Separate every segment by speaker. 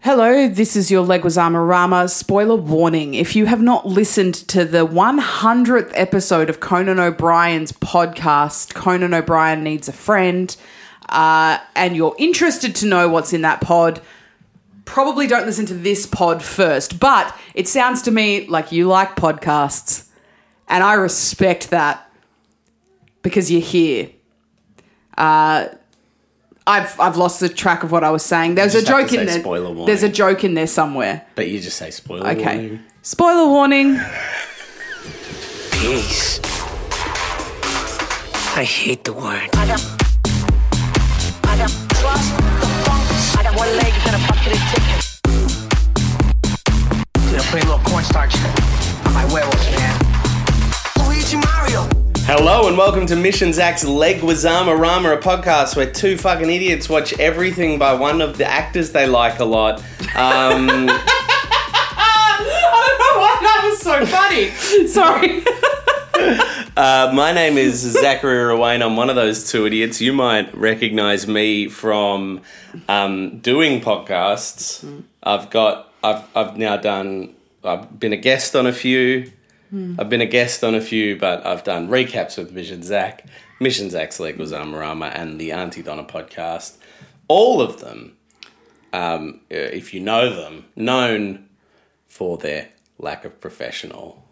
Speaker 1: Hello, this is your Leguizamo Rama. Spoiler warning if you have not listened to the 100th episode of Conan O'Brien's podcast, Conan O'Brien Needs a Friend, uh, and you're interested to know what's in that pod, probably don't listen to this pod first. But it sounds to me like you like podcasts, and I respect that because you're here. Uh, I've I've lost the track of what I was saying. There's a
Speaker 2: just have
Speaker 1: joke
Speaker 2: to
Speaker 1: in
Speaker 2: say
Speaker 1: there.
Speaker 2: spoiler warning.
Speaker 1: There's a joke in there somewhere.
Speaker 2: But you just say spoiler.
Speaker 1: Okay.
Speaker 2: warning.
Speaker 1: Spoiler warning.
Speaker 3: Peace. I hate the word.
Speaker 4: I got, I got thrust, the funk. I got one leg and a bucket of chicken.
Speaker 3: Gonna put a little cornstarch on my werewolves, man. Luigi Mario.
Speaker 2: Hello and welcome to Mission Zach's Leguizamo Rama, a podcast where two fucking idiots watch everything by one of the actors they like a lot. Um,
Speaker 1: I don't know why that was so funny. Sorry.
Speaker 2: uh, my name is Zachary Ruane. I'm one of those two idiots. You might recognize me from um, doing podcasts. I've got. I've. I've now done. I've been a guest on a few. I've been a guest on a few, but I've done recaps with Mission Zach, Mission Zach's Leguizamo Rama, and the Auntie Donna podcast. All of them um, uh, if you know them, known for their lack of professional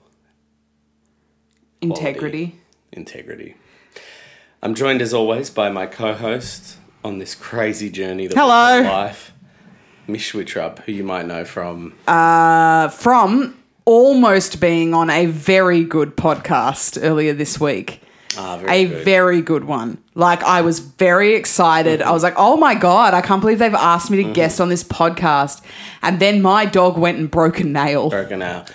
Speaker 1: Integrity.
Speaker 2: integrity. I'm joined as always by my co-host on this crazy journey that
Speaker 1: Hello.
Speaker 2: we call life, Mish Wittrup, who you might know from
Speaker 1: From almost being on a very good podcast earlier this week.
Speaker 2: Ah, very
Speaker 1: a
Speaker 2: good.
Speaker 1: very good one. Like I was very excited. I was like, "Oh my god, I can't believe they've asked me to
Speaker 2: Mm-hmm.
Speaker 1: guest on this podcast." And then my dog went and broke a nail.
Speaker 2: broken out.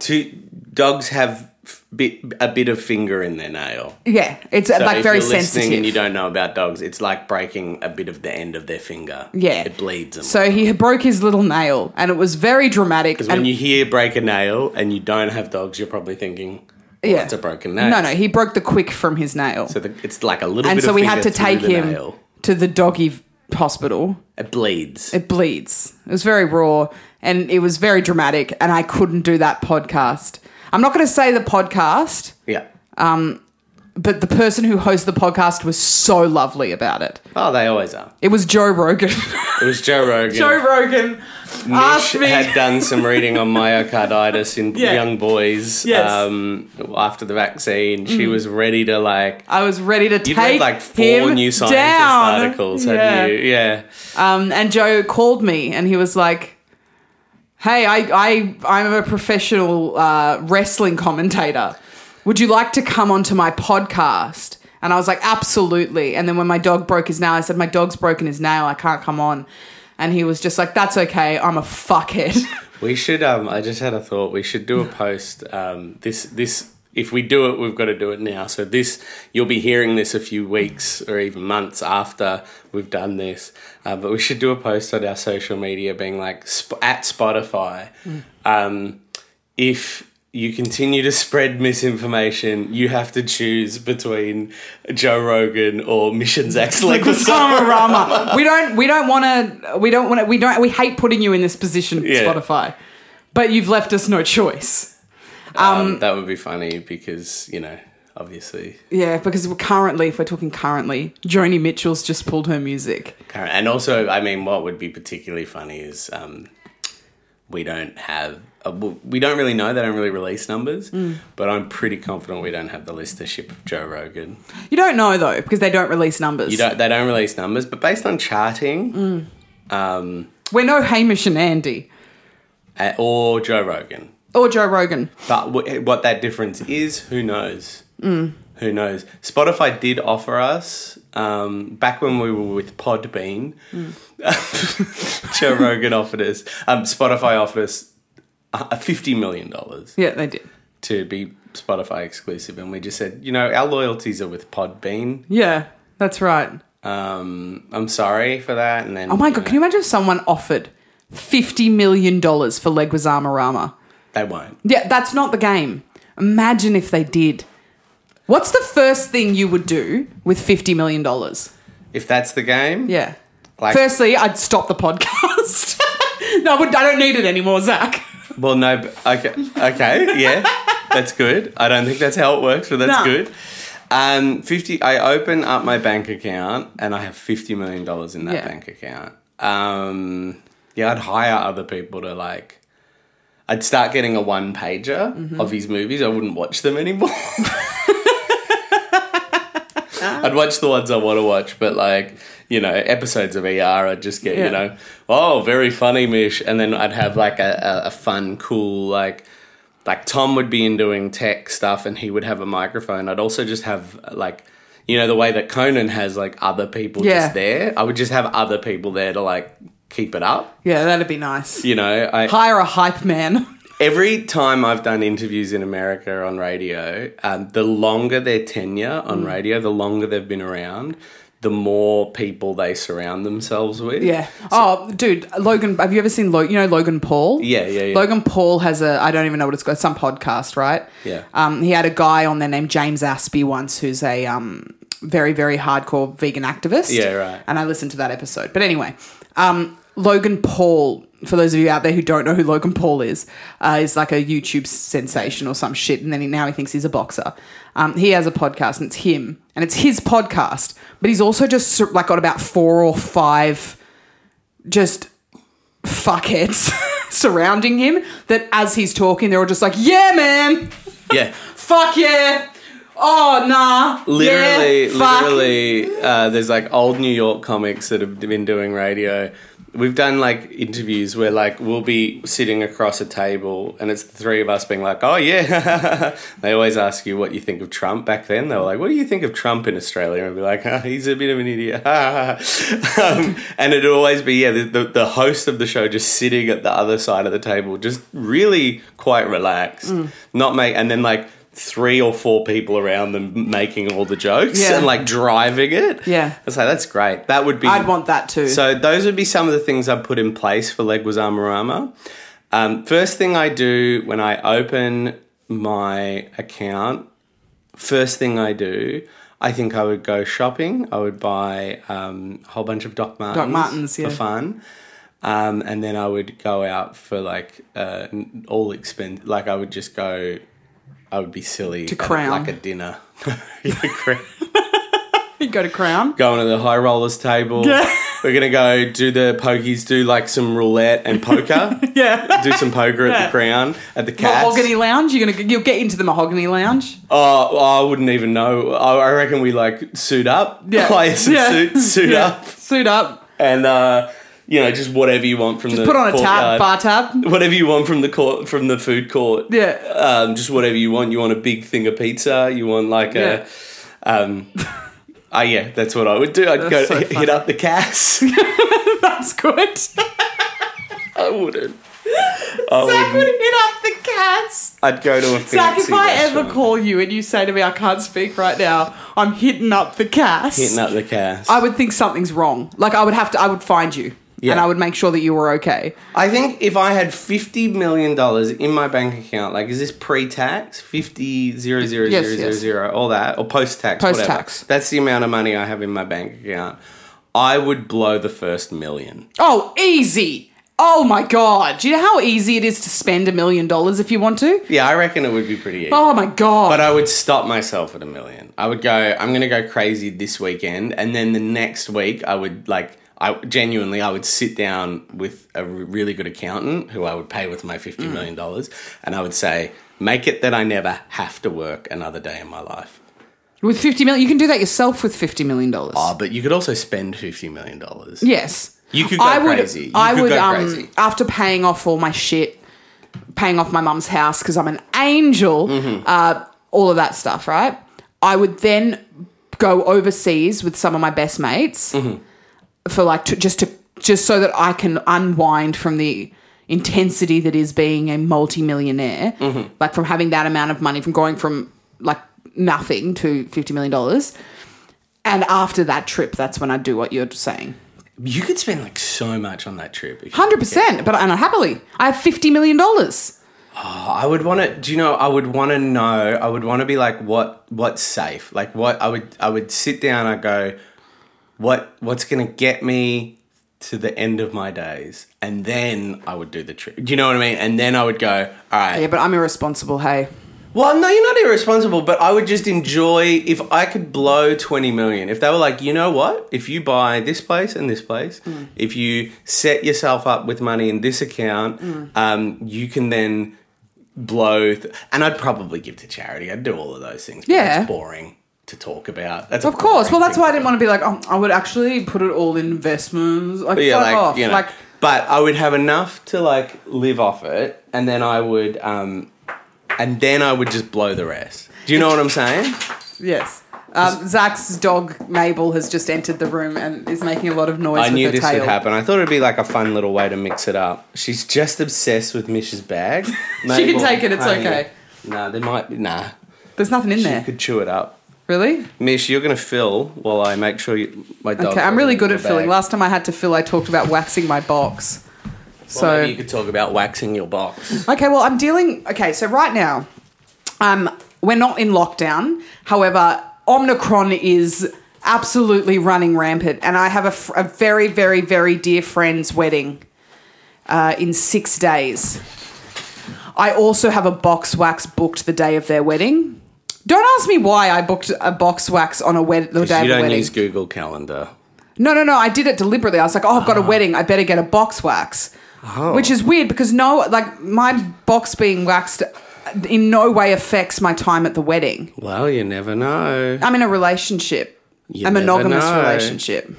Speaker 2: Two dogs have f- bit, a bit of finger in their nail.
Speaker 1: Yeah, it's uh,
Speaker 2: So
Speaker 1: like
Speaker 2: if
Speaker 1: very
Speaker 2: you're listening
Speaker 1: sensitive.
Speaker 2: and you don't know about dogs, it's like breaking a bit of the end of their finger.
Speaker 1: yeah,
Speaker 2: it bleeds them.
Speaker 1: So he broke his little nail, and it was very dramatic.
Speaker 2: Because when
Speaker 1: and-
Speaker 2: you hear break a nail and you don't have dogs, you're probably thinking, well,
Speaker 1: yeah,
Speaker 2: it's a broken nail.
Speaker 1: No, no, he broke the quick from his nail.
Speaker 2: So the, it's like a little
Speaker 1: and
Speaker 2: bit
Speaker 1: so
Speaker 2: of
Speaker 1: we had to
Speaker 2: finger through
Speaker 1: take
Speaker 2: the
Speaker 1: him
Speaker 2: nail.
Speaker 1: to the doggy v- hospital.
Speaker 2: It bleeds.
Speaker 1: It bleeds. It was very raw and it was very dramatic, and I couldn't do that podcast. I'm not going to say the podcast,
Speaker 2: yeah.
Speaker 1: but the person who hosts the podcast was so lovely about it.
Speaker 2: Oh, they always are.
Speaker 1: It was Joe Rogan.
Speaker 2: It was Joe Rogan.
Speaker 1: Joe Rogan asked
Speaker 2: Mish
Speaker 1: me.
Speaker 2: had done some reading on myocarditis in
Speaker 1: Yeah.
Speaker 2: young boys
Speaker 1: Yes.
Speaker 2: um, after the vaccine. She was ready to like.
Speaker 1: I was ready to
Speaker 2: You'd
Speaker 1: take
Speaker 2: read like four
Speaker 1: him
Speaker 2: new scientist
Speaker 1: down.
Speaker 2: articles, hadn't you? Yeah.
Speaker 1: Um, and Joe called me and he was like, Hey, I, I, I'm a professional uh, wrestling commentator. Would you like to come onto my podcast? And I was like, Absolutely. And then when my dog broke his nail, I said, My dog's broken his nail. I can't come on. And he was just like, That's okay. I'm a fuckhead.
Speaker 2: We should. Um, I just had a thought. We should do a post. Um, this this if we do it, we've got to do it now. So this you'll be hearing this a few weeks or even months after we've done this. Uh, but we should do a post on our social media, being like sp- at Spotify. Um, if you continue to spread misinformation, you have to choose between Joe Rogan or Mission Zach's
Speaker 1: Osama
Speaker 2: Leguizamo.
Speaker 1: Rama. We don't we don't want to we don't want to we don't we hate putting you in this position
Speaker 2: Yeah.
Speaker 1: Spotify. But you've left us no choice.
Speaker 2: Um, that would be funny because you know, obviously.
Speaker 1: Yeah, because we're currently, if we're talking currently, Joni Mitchell's just pulled her music.
Speaker 2: Current. And also, I mean, what would be particularly funny is um, we don't have, uh, w- we don't really know, they don't really release numbers, but I'm pretty confident we don't have the listenership of Joe Rogan.
Speaker 1: You don't know though, because they don't release numbers.
Speaker 2: You don't, they don't release numbers, but based on charting um,
Speaker 1: We're no Hamish and Andy
Speaker 2: a- uh, or Joe Rogan.
Speaker 1: or Joe Rogan.
Speaker 2: But w- what that difference is, who knows?
Speaker 1: Mm.
Speaker 2: Who knows? Spotify did offer us um, back when we were with Podbean.
Speaker 1: Mm.
Speaker 2: Joe Rogan offered us. Um, Spotify offered us uh, fifty million dollars
Speaker 1: Yeah, they did.
Speaker 2: to be Spotify exclusive, and we just said, you know, our loyalties are with Podbean.
Speaker 1: Yeah, that's right.
Speaker 2: Um, I'm sorry for that. And then, uh,
Speaker 1: Oh my god, can you imagine if someone offered fifty million dollars for Leguizamo Rama?
Speaker 2: they won't.
Speaker 1: Yeah, that's not the game. Imagine if they did. What's the first thing you would do with fifty million dollars?
Speaker 2: If that's the game,
Speaker 1: Yeah.
Speaker 2: Like-
Speaker 1: Firstly, I'd stop the podcast. no, I, would, I don't need it anymore, Zach.
Speaker 2: Well, no. b- Okay. Okay. Yeah. That's good. I don't think that's how it works, but
Speaker 1: No.
Speaker 2: that's good. Um, fifty. I open up my bank account and I have fifty million dollars in that
Speaker 1: Yeah.
Speaker 2: bank account. Um, yeah, I'd hire other people to like. I'd start getting a one pager
Speaker 1: Mm-hmm.
Speaker 2: of his movies. I wouldn't watch them anymore. I'd watch the ones I want to watch, but like you know, episodes of ER, I'd just get
Speaker 1: Yeah.
Speaker 2: you know, oh, very funny, Mish, and then I'd have like a, a, a fun, cool like like Tom would be in doing tech stuff, and he would have a microphone. I'd also just have like you know the way that Conan has like other people
Speaker 1: Yeah.
Speaker 2: just there. I would just have other people there to like keep it up.
Speaker 1: Yeah, that'd be nice.
Speaker 2: You know, I
Speaker 1: Hire a hype man.
Speaker 2: Every time I've done interviews in America on radio, um, the longer their tenure
Speaker 1: Mm.
Speaker 2: on radio, the longer they've been around, the more people they surround themselves with.
Speaker 1: Yeah. oh, dude, Logan. Have you ever seen Logan? You know Logan Paul.
Speaker 2: Yeah, yeah, yeah.
Speaker 1: Logan Paul has a. I don't even know what it's called. Some podcast, right?
Speaker 2: Yeah.
Speaker 1: Um, he had a guy on there named James Aspie once, who's a um very very hardcore vegan activist.
Speaker 2: Yeah, right.
Speaker 1: And I listened to that episode. But anyway, um, Logan Paul. For those of you out there who don't know who Logan Paul is, uh, is like a YouTube sensation or some shit, and then he, now he thinks he's a boxer. Um, he has a podcast, and it's him, and it's his podcast. But he's also just sort of, like got about four or five just fuckheads surrounding him that as he's talking, they're all just like, yeah, man,
Speaker 2: Yeah.
Speaker 1: fuck yeah. Oh, nah.
Speaker 2: Literally,
Speaker 1: yeah, fuck."
Speaker 2: literally, uh, there's like old New York comics that have been doing radio. We've done like interviews where like we'll be sitting across a table and it's the three of us being like, oh yeah. they always ask you what you think of Trump back then. They were like, what do you think of Trump in Australia? And be like, "Ah, he's a bit of an idiot. um, and it'd always be, yeah, the, the, the host of the show just sitting at the other side of the table, just really quite relaxed. Not make, and then like, three or four people around them making all the jokes
Speaker 1: Yeah.
Speaker 2: and like driving it.
Speaker 1: Yeah.
Speaker 2: I was like, that's great. That would be.
Speaker 1: I'd want that too.
Speaker 2: So those would be some of the things I'd put in place for Leguizamarama. Um, first thing I do when I open my account, first thing I do, I think I would go shopping. I would buy um, a whole bunch of Doc Martens,
Speaker 1: Martens, yeah.
Speaker 2: for fun. Um, and then I would go out for like uh, n- all expense. Like I would just go. I would be silly to
Speaker 1: Crown.
Speaker 2: like a dinner. Yeah, Crown
Speaker 1: you go to Crown.
Speaker 2: going to the high rollers table.
Speaker 1: Yeah.
Speaker 2: We're gonna go do the pokies, do like some roulette and poker.
Speaker 1: Yeah.
Speaker 2: Do some poker at the Crown, at the Cats.
Speaker 1: Mahogany Lounge. You're gonna you'll get into the Mahogany Lounge.
Speaker 2: Oh, I wouldn't even know. I, I reckon we like suit up.
Speaker 1: Yeah.
Speaker 2: Play some
Speaker 1: Yeah.
Speaker 2: suit, suit
Speaker 1: Yeah.
Speaker 2: up,
Speaker 1: Suit up.
Speaker 2: and uh, you know just whatever you want from the
Speaker 1: Put on a tab,
Speaker 2: courtyard.
Speaker 1: bar tab.
Speaker 2: Whatever you want from the court, from the food court.
Speaker 1: Yeah.
Speaker 2: Um, just whatever you want. You want a big thing of pizza. You want like
Speaker 1: Yeah.
Speaker 2: a. Um, uh, yeah, that's what I would do. I'd go
Speaker 1: That's so
Speaker 2: hit- hit
Speaker 1: funny.
Speaker 2: up the Cass.
Speaker 1: That's good. Zach
Speaker 2: I wouldn't. I
Speaker 1: would
Speaker 2: wouldn't.
Speaker 1: hit up the cats.
Speaker 2: I'd go to a Oh, fancy
Speaker 1: Zach, if I
Speaker 2: restaurant.
Speaker 1: ever call you and you say to me, I can't speak right now, I'm hitting up the cats.
Speaker 2: hitting up the cast.
Speaker 1: I would think something's wrong. Like I would have to, I would find you,
Speaker 2: Yeah.
Speaker 1: and I would make sure that you were okay.
Speaker 2: I think if I had fifty million dollars in my bank account, like is this pre-tax fifty zero zero zero
Speaker 1: Yes,
Speaker 2: zero
Speaker 1: yes.
Speaker 2: zero, all that, or post-tax,
Speaker 1: Post-tax.
Speaker 2: whatever. That's the amount of money I have in my bank account. I would blow the first million.
Speaker 1: Oh, easy. Oh my god. Do you know how easy it is to spend a million dollars if you want to?
Speaker 2: Yeah, I reckon it would be pretty easy.
Speaker 1: Oh my god.
Speaker 2: But uh, I would stop myself at a million. I would go, I'm going to go crazy this weekend. And then the next week, I would like, I genuinely, I would sit down with a r- really good accountant who I would pay with my fifty million dollars and I would say, make it that I never have to work another day in my life.
Speaker 1: with 50 million, you can do that yourself with 50 million dollars.
Speaker 2: Oh, but you could also spend $50 million.
Speaker 1: yes.
Speaker 2: You could go
Speaker 1: I would,
Speaker 2: crazy. You
Speaker 1: I
Speaker 2: could
Speaker 1: would,
Speaker 2: go
Speaker 1: um,
Speaker 2: crazy.
Speaker 1: after paying off all my shit,
Speaker 2: Mm-hmm.
Speaker 1: paying off my mum's house because I'm an angel, uh, all of that stuff, right? I would then go overseas with some of my best mates
Speaker 2: Mm-hmm.
Speaker 1: for like to, just to just so that I can unwind from the intensity that is being a multimillionaire,
Speaker 2: Mm-hmm.
Speaker 1: like from having that amount of money, from going from like nothing to fifty million dollars. And after that trip, that's when I do what you're saying.
Speaker 2: You could spend like so much on that trip. if you-
Speaker 1: Hundred percent, but and I happily, I have fifty million dollars.
Speaker 2: I would want to. Do you know? I would want to know. I would want to be like, what? What's safe? Like, what? I would. I would sit down. I go, what? What's gonna get me to the end of my days? And then I would do the trip. Do you know what I mean? And then I would go, all right.
Speaker 1: Yeah, but I'm irresponsible. Hey,
Speaker 2: Well, no, you're not irresponsible, but I would just enjoy if I could blow 20 million. If they were like, you know what? If you buy this place and this place,
Speaker 1: Mm.
Speaker 2: if you set yourself up with money in this account,
Speaker 1: Mm.
Speaker 2: um, you can then blow. Th- and I'd probably give to charity. I'd do all of those things. But
Speaker 1: Yeah.
Speaker 2: It's boring to talk about. That's
Speaker 1: of course. Well, that's why I didn't want to be like, oh, I would actually put it all in investments. Like,
Speaker 2: But yeah,
Speaker 1: fuck
Speaker 2: like,
Speaker 1: off.
Speaker 2: you know,
Speaker 1: like,
Speaker 2: but I would have enough to like live off it, and then I would, um, and then I would just blow the rest. Do you know what I'm saying?
Speaker 1: yes. Um, Zach's dog Mabel has just entered the room and is making a lot of noise.
Speaker 2: I
Speaker 1: with
Speaker 2: knew
Speaker 1: her
Speaker 2: this
Speaker 1: tail.
Speaker 2: would happen. I thought it'd be like a fun little way to mix it up. She's just obsessed with Mish's bag. she
Speaker 1: can take it, it's okay.
Speaker 2: Nah, there might be. Nah,
Speaker 1: There's nothing in there,
Speaker 2: she could chew it up.
Speaker 1: really.
Speaker 2: Mish, you're gonna fill while I make sure you, my dog.
Speaker 1: Okay, I'm really good at
Speaker 2: doesn't
Speaker 1: filling.
Speaker 2: bag.
Speaker 1: Last time I had to fill, I talked about waxing my box. So
Speaker 2: Well, maybe you could talk about waxing your box.
Speaker 1: Okay, well, I'm dealing. Okay, so right now, um, we're not in lockdown. However, Omicron is absolutely running rampant, and I have a, fr- a very, very, very dear friend's wedding uh, in six days. I also have a box wax booked the day of their wedding. Don't ask me why I booked a box wax on a wed- the day
Speaker 2: you
Speaker 1: of the
Speaker 2: don't
Speaker 1: wedding.
Speaker 2: use Google Calendar.
Speaker 1: No, no, no. I did it deliberately. I was like, oh, I've got
Speaker 2: Ah.
Speaker 1: a wedding. I better get a box wax.
Speaker 2: Oh.
Speaker 1: Which is weird because no, like my box being waxed in no way affects my time at the wedding.
Speaker 2: Well, you never know.
Speaker 1: I'm in a relationship,
Speaker 2: You
Speaker 1: a
Speaker 2: never
Speaker 1: monogamous
Speaker 2: know.
Speaker 1: relationship.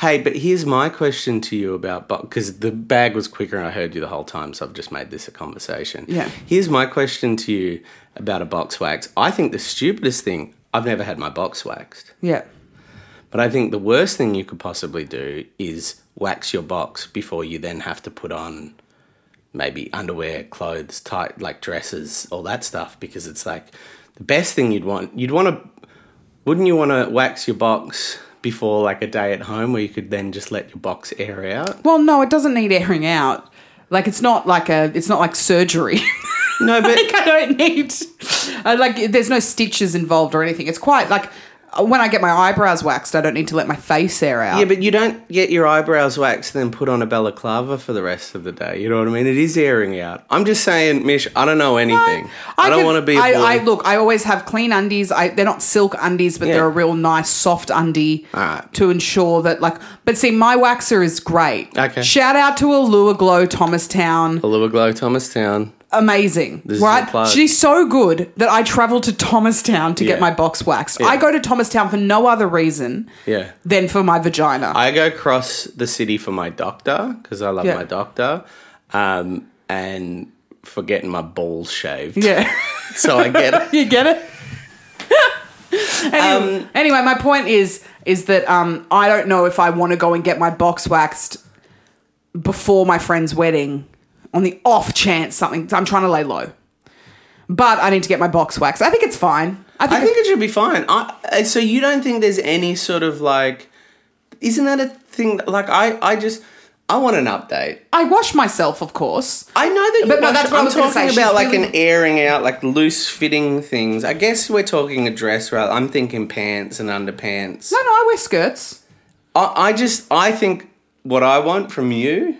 Speaker 2: Hey, but here's my question to you about box because the bag was quicker and I heard you the whole time, so I've just made this a conversation.
Speaker 1: Yeah.
Speaker 2: Here's my question to you about a box wax. I think the stupidest thing I've never had my box waxed,
Speaker 1: Yeah.
Speaker 2: but I think the worst thing you could possibly do is wax your box before you then have to put on maybe underwear, clothes, tight like dresses, all that stuff because it's like the best thing you'd want. You'd want to wouldn't you want to wax your box before like a day at home where you could then just let your box air out?
Speaker 1: Well, no, it doesn't need airing out. Like it's not like a, it's not like surgery.
Speaker 2: No, but
Speaker 1: like I don't need, I, like there's no stitches involved or anything. It's quite like uh, when I get my eyebrows waxed, I don't need to let my face air out.
Speaker 2: yeah, but you don't get your eyebrows waxed and then put on a balaclava for the rest of the day. You know what I mean? It is airing out. I'm just saying, Mish, I don't know anything. I, don't
Speaker 1: can-
Speaker 2: want to be. a boy.
Speaker 1: I, I look. I always have clean undies. I, they're not silk undies, but
Speaker 2: Yeah.
Speaker 1: they're a real nice soft undie
Speaker 2: Alright.
Speaker 1: to ensure that. Like, but see, my waxer is great.
Speaker 2: Okay.
Speaker 1: Shout out to Allure Glow Thomastown.
Speaker 2: Lua Glow, Thomastown.
Speaker 1: Amazing,
Speaker 2: is your
Speaker 1: right?
Speaker 2: plug.
Speaker 1: She's so good that I travel to Thomastown to
Speaker 2: Yeah.
Speaker 1: get my box waxed.
Speaker 2: Yeah.
Speaker 1: I go to Thomastown for no other reason
Speaker 2: Yeah.
Speaker 1: than for my vagina.
Speaker 2: I go across the city for my doctor because I love
Speaker 1: Yeah.
Speaker 2: my doctor, um, and for getting my balls shaved.
Speaker 1: yeah.
Speaker 2: So I get.
Speaker 1: you get it? Um, anyway, anyway, my point is is that um, I don't know if I want to go and get my box waxed before my friend's wedding on the off chance something. I'm trying to lay low. But I need to get my box waxed. I think it's fine. I think,
Speaker 2: I think it should be fine. I, uh, so you don't think there's any sort of like, isn't that a thing? that- Like I, I just, I want an update.
Speaker 1: I wash myself, of course.
Speaker 2: I know that, you
Speaker 1: But no,
Speaker 2: wash-
Speaker 1: that's what I
Speaker 2: I'm
Speaker 1: was gonna
Speaker 2: talking
Speaker 1: say.
Speaker 2: about,
Speaker 1: She's
Speaker 2: like
Speaker 1: really-
Speaker 2: an airing out, like loose fitting things. I guess we're talking a dress, right? I'm thinking pants and underpants.
Speaker 1: No, no, I wear skirts.
Speaker 2: I, I just I think what I want from you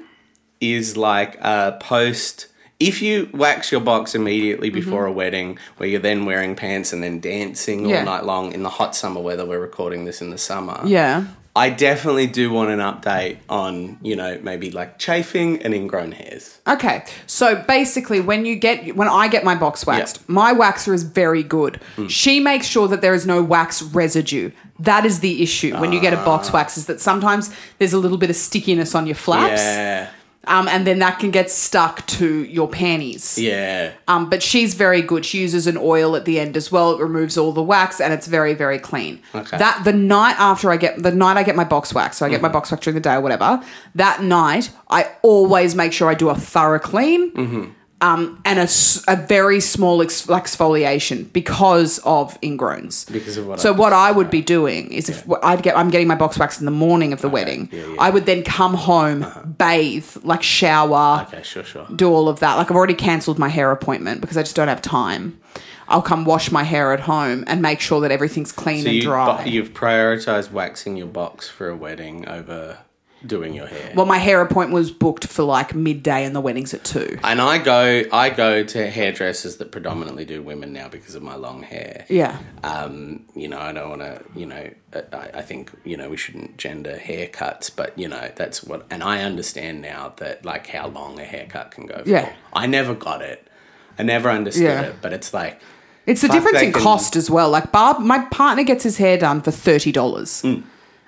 Speaker 2: is like a post. If you wax your box immediately
Speaker 1: Mm-hmm.
Speaker 2: before a wedding, where you're then wearing pants and then dancing all
Speaker 1: Yeah.
Speaker 2: night long in the hot summer weather, we're recording this in the summer.
Speaker 1: Yeah.
Speaker 2: I definitely do want an update on you know maybe like chafing and ingrown hairs.
Speaker 1: Okay, so basically, when you get when I get my box waxed, my waxer is very good. She makes sure that there is no wax residue. That is the issue when you get a box wax is that sometimes there's a little bit of stickiness on your flaps,
Speaker 2: Yeah,
Speaker 1: Um, and then that can get stuck to your panties.
Speaker 2: Yeah.
Speaker 1: Um, but she's very good. She uses an oil at the end as well. It removes all the wax, and it's very, very clean.
Speaker 2: Okay. Mm-hmm.
Speaker 1: That the night after I get the night I get my box wax, so I get my box wax during the day or whatever. That night, I always make sure I do a thorough clean.
Speaker 2: Mm-hmm.
Speaker 1: Um, and a, s- a very small ex- exfoliation because of ingrowns.
Speaker 2: Because of what
Speaker 1: So
Speaker 2: I-
Speaker 1: what I would be doing is if I'd get, I'm getting my box wax in the morning of the wedding. I would then come home, bathe, like shower,
Speaker 2: Uh-huh. Okay, sure, sure.
Speaker 1: do all of that. Like I've already cancelled my hair appointment because I just don't have time. I'll come wash my hair at home and make sure that everything's clean
Speaker 2: So
Speaker 1: and
Speaker 2: you,
Speaker 1: dry.
Speaker 2: but you've prioritized waxing your box for a wedding over doing your hair.
Speaker 1: well, my hair appointment was booked for like midday and the wedding's at two.
Speaker 2: and I go, I go to hairdressers that predominantly do women now because of my long hair.
Speaker 1: Yeah.
Speaker 2: Um, you know, I don't want to. You know, I, I think you know we shouldn't gender haircuts, but you know that's what. And I understand now that like how long a haircut can go. For.
Speaker 1: Yeah.
Speaker 2: I never got it. I never understood
Speaker 1: Yeah.
Speaker 2: it, but it's like
Speaker 1: It's the
Speaker 2: Fuck,
Speaker 1: difference
Speaker 2: they
Speaker 1: in
Speaker 2: can-
Speaker 1: cost as well. Like Barb, my partner gets his hair done for thirty dollars,
Speaker 2: Mm.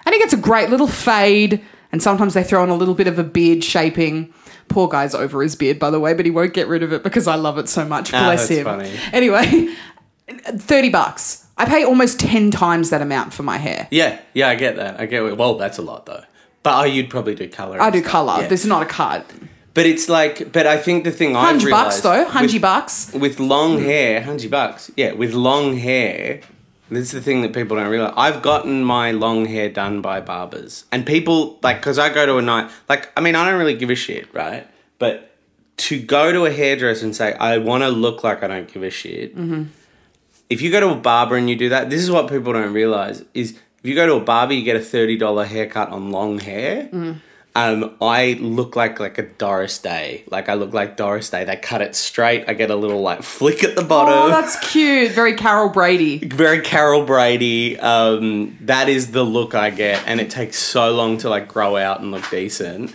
Speaker 1: and he gets a great little fade. And sometimes they throw in a little bit of a beard shaping. Poor guy's over his beard, by the way, but he won't get rid of it because I love it so much.
Speaker 2: Ah,
Speaker 1: Bless
Speaker 2: that's
Speaker 1: him.
Speaker 2: funny.
Speaker 1: Anyway, thirty bucks. I pay almost ten times that amount for my hair.
Speaker 2: yeah, yeah. I get that. I get. what- Well, that's a lot though. But oh, you'd probably do color.
Speaker 1: I do color.
Speaker 2: Yeah.
Speaker 1: This is not a cut.
Speaker 2: But it's like, but I think the thing I
Speaker 1: Hundred bucks
Speaker 2: realized
Speaker 1: though. Hundred
Speaker 2: with-
Speaker 1: bucks. Mm.
Speaker 2: with long hair, hundred bucks. Yeah, with long hair, this is the thing that people don't realize. I've gotten my long hair done by barbers, and people like because I go to a night. Like, I mean, I don't really give a shit, right? But to go to a hairdresser and say I want to look like I don't give a shit.
Speaker 1: Mm-hmm.
Speaker 2: If you go to a barber and you do that, this is what people don't realize is if you go to a barber, you get a thirty dollar haircut on long hair
Speaker 1: Mm-hmm.
Speaker 2: um, I look like like a Doris Day. Like I look like Doris Day. They cut it straight. I get a little like flick at the
Speaker 1: Oh,
Speaker 2: bottom.
Speaker 1: that's cute. Very Carol Brady.
Speaker 2: Very Carol Brady. Um, that is the look I get, and it takes so long to like grow out and look decent.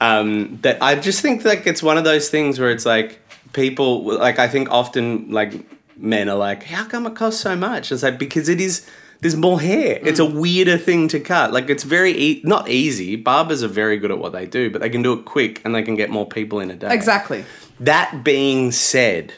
Speaker 2: Um, that I just think like it's one of those things where it's like people like I think often like men are like, how come it costs so much? It's like because it is. There's more hair. It's a weirder thing to cut. Like it's very e- not easy. Barbers are very good at what they do, but they can do it quick and they can get more people in a day.
Speaker 1: Exactly.
Speaker 2: That being said,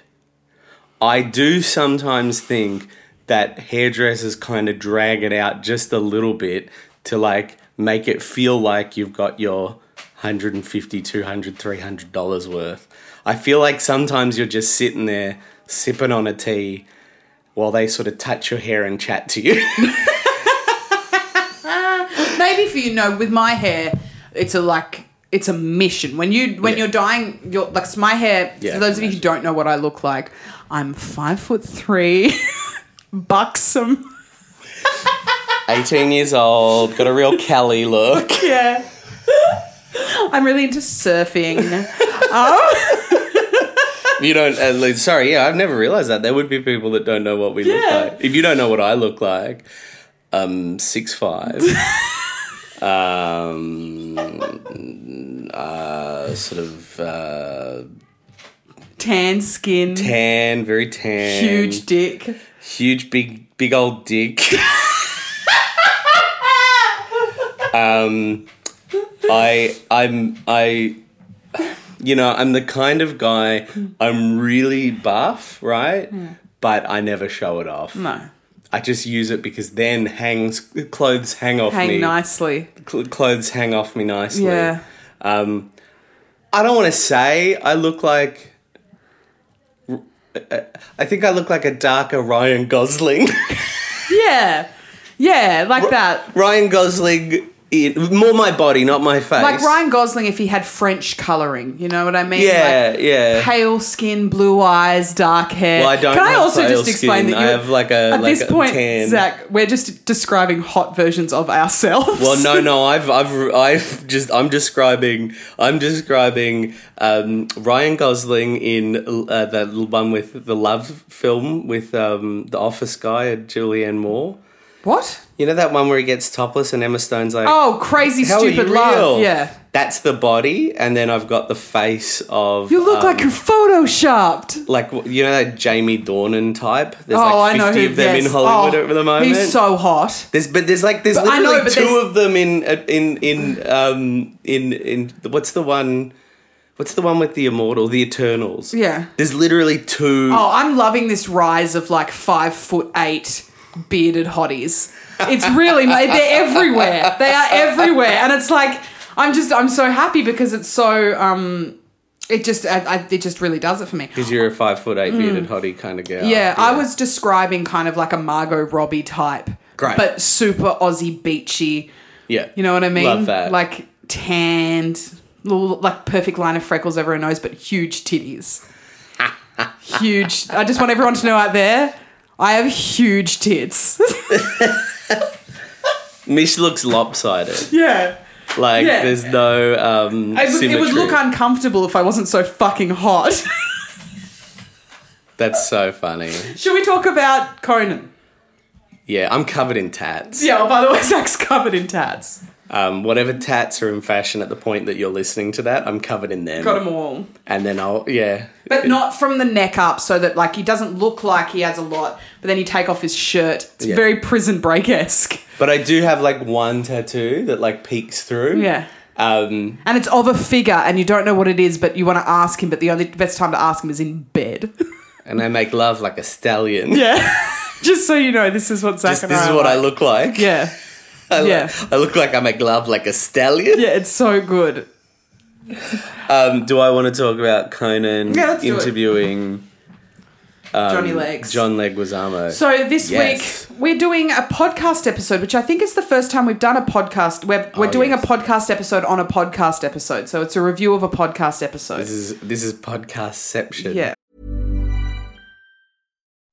Speaker 2: I do sometimes think that hairdressers kind of drag it out just a little bit to like make it feel like you've got your 150 200 300 dollars worth. I feel like sometimes you're just sitting there sipping on a tea while they sort of touch your hair and chat to you.
Speaker 1: maybe for you know with my hair it's a like it's a mission when you when
Speaker 2: Yeah.
Speaker 1: you're dying your like so my hair
Speaker 2: Yeah,
Speaker 1: for those
Speaker 2: I
Speaker 1: of you who don't know what i look like i'm five foot three buxom
Speaker 2: 18 years old, got a real Kelly look.
Speaker 1: yeah i'm really into surfing
Speaker 2: You don't. At least, sorry, yeah, I've never realized that. There would be people that don't know what we
Speaker 1: Yeah.
Speaker 2: look like. If you don't know what I look like, um, six five, um, uh, sort of uh,
Speaker 1: tan skin
Speaker 2: tan, very tan,
Speaker 1: huge dick
Speaker 2: huge, big, big old dick. um, I, I'm, I, you know, I'm the kind of guy. I'm really buff, right? But I never show it off.
Speaker 1: Hmm. no
Speaker 2: I just use it because then hangs clothes hang off
Speaker 1: hang
Speaker 2: me.
Speaker 1: nicely
Speaker 2: Cl- clothes hang off me nicely.
Speaker 1: yeah
Speaker 2: Um, I don't want to say I look like. uh, I think I look like a darker Ryan Gosling.
Speaker 1: yeah yeah like that
Speaker 2: Ryan Gosling, in, more my body, not my face.
Speaker 1: like Ryan Gosling if he had French coloring. You know what I mean?
Speaker 2: Yeah,
Speaker 1: Like,
Speaker 2: yeah.
Speaker 1: Pale skin, blue eyes, dark hair.
Speaker 2: Well, I don't
Speaker 1: Can I
Speaker 2: have
Speaker 1: also
Speaker 2: pale
Speaker 1: just explain
Speaker 2: skin.
Speaker 1: that
Speaker 2: I
Speaker 1: you
Speaker 2: have like a-
Speaker 1: at
Speaker 2: like
Speaker 1: this
Speaker 2: a
Speaker 1: point,
Speaker 2: tan.
Speaker 1: Zach? We're just describing hot versions of ourselves.
Speaker 2: Well, no, no. I've, I've, I've just. I'm describing. I'm describing um, Ryan Gosling in uh, the one with the love film with um, the Office guy and Julianne Moore.
Speaker 1: What?
Speaker 2: You know that one where he gets topless and Emma Stone's like,
Speaker 1: Oh, crazy,
Speaker 2: how are you
Speaker 1: stupid love.
Speaker 2: real?
Speaker 1: Yeah.
Speaker 2: that's the body, and then I've got the face of
Speaker 1: You look
Speaker 2: um,
Speaker 1: like you're photoshopped.
Speaker 2: like you know that Jamie Dornan type. There's
Speaker 1: oh,
Speaker 2: like
Speaker 1: I know
Speaker 2: fifty
Speaker 1: who.
Speaker 2: of them
Speaker 1: yes.
Speaker 2: in Hollywood
Speaker 1: Oh,
Speaker 2: at the moment.
Speaker 1: He's so hot.
Speaker 2: There's but there's like there's
Speaker 1: I
Speaker 2: literally
Speaker 1: know, but
Speaker 2: two
Speaker 1: there's-
Speaker 2: of them in in in um in in what's the one What's the one with the immortal, the Eternals?
Speaker 1: Yeah.
Speaker 2: There's literally two.
Speaker 1: Oh, I'm loving this rise of like five foot eight bearded hotties. It's really they're everywhere. They are everywhere, and it's like I'm just I'm so happy because it's so um it just I, I, it just really does it for me.
Speaker 2: Because you're a five foot eight bearded hottie kind of girl.
Speaker 1: Mm. Yeah, I was describing kind of like a Margot Robbie type,
Speaker 2: Great.
Speaker 1: but super Aussie beachy.
Speaker 2: Yeah.
Speaker 1: You know what I mean?
Speaker 2: Love that.
Speaker 1: Like tanned, little, like perfect line of freckles over her nose, but huge titties. huge. I just want everyone to know out there, I have huge tits.
Speaker 2: Mish looks lopsided.
Speaker 1: yeah.
Speaker 2: Like
Speaker 1: Yeah.
Speaker 2: there's no um
Speaker 1: It would, it
Speaker 2: symmetry.
Speaker 1: would look uncomfortable if I wasn't so fucking hot.
Speaker 2: That's so funny.
Speaker 1: Should we talk about Conan?
Speaker 2: Yeah, I'm covered in tats.
Speaker 1: Yeah, oh, by the way, Zach's covered in tats.
Speaker 2: Um, whatever tats are in fashion at the point that you're listening to that, I'm covered in them.
Speaker 1: Got them all.
Speaker 2: And then I'll yeah.
Speaker 1: But not from the neck up, so that like he doesn't look like he has a lot, but then you take off his shirt. It's
Speaker 2: Yeah.
Speaker 1: very prison break esque.
Speaker 2: But I do have like one tattoo that like peeks through.
Speaker 1: Yeah.
Speaker 2: Um,
Speaker 1: And it's of a figure, and you don't know what it is, but you want to ask him. But the only best time to ask him is in bed.
Speaker 2: and I make love like a stallion.
Speaker 1: Yeah. Just so you know, this is what Zach
Speaker 2: This,
Speaker 1: and
Speaker 2: this
Speaker 1: I
Speaker 2: is
Speaker 1: are
Speaker 2: what I
Speaker 1: like.
Speaker 2: look like.
Speaker 1: Yeah.
Speaker 2: I, look-
Speaker 1: yeah.
Speaker 2: I look like I make love like a stallion.
Speaker 1: Yeah, it's so good.
Speaker 2: Um, do I want to talk about Conan
Speaker 1: Yeah, let's do it.
Speaker 2: interviewing um,
Speaker 1: Johnny Legs.
Speaker 2: John Leguizamo?
Speaker 1: So this
Speaker 2: Yes.
Speaker 1: week we're doing a podcast episode, which I think is the first time we've done a podcast. We're, we're
Speaker 2: Oh,
Speaker 1: doing
Speaker 2: yes.
Speaker 1: a podcast episode on a podcast episode, so it's a review of a podcast episode.
Speaker 2: this is this is podcastception.
Speaker 1: yeah,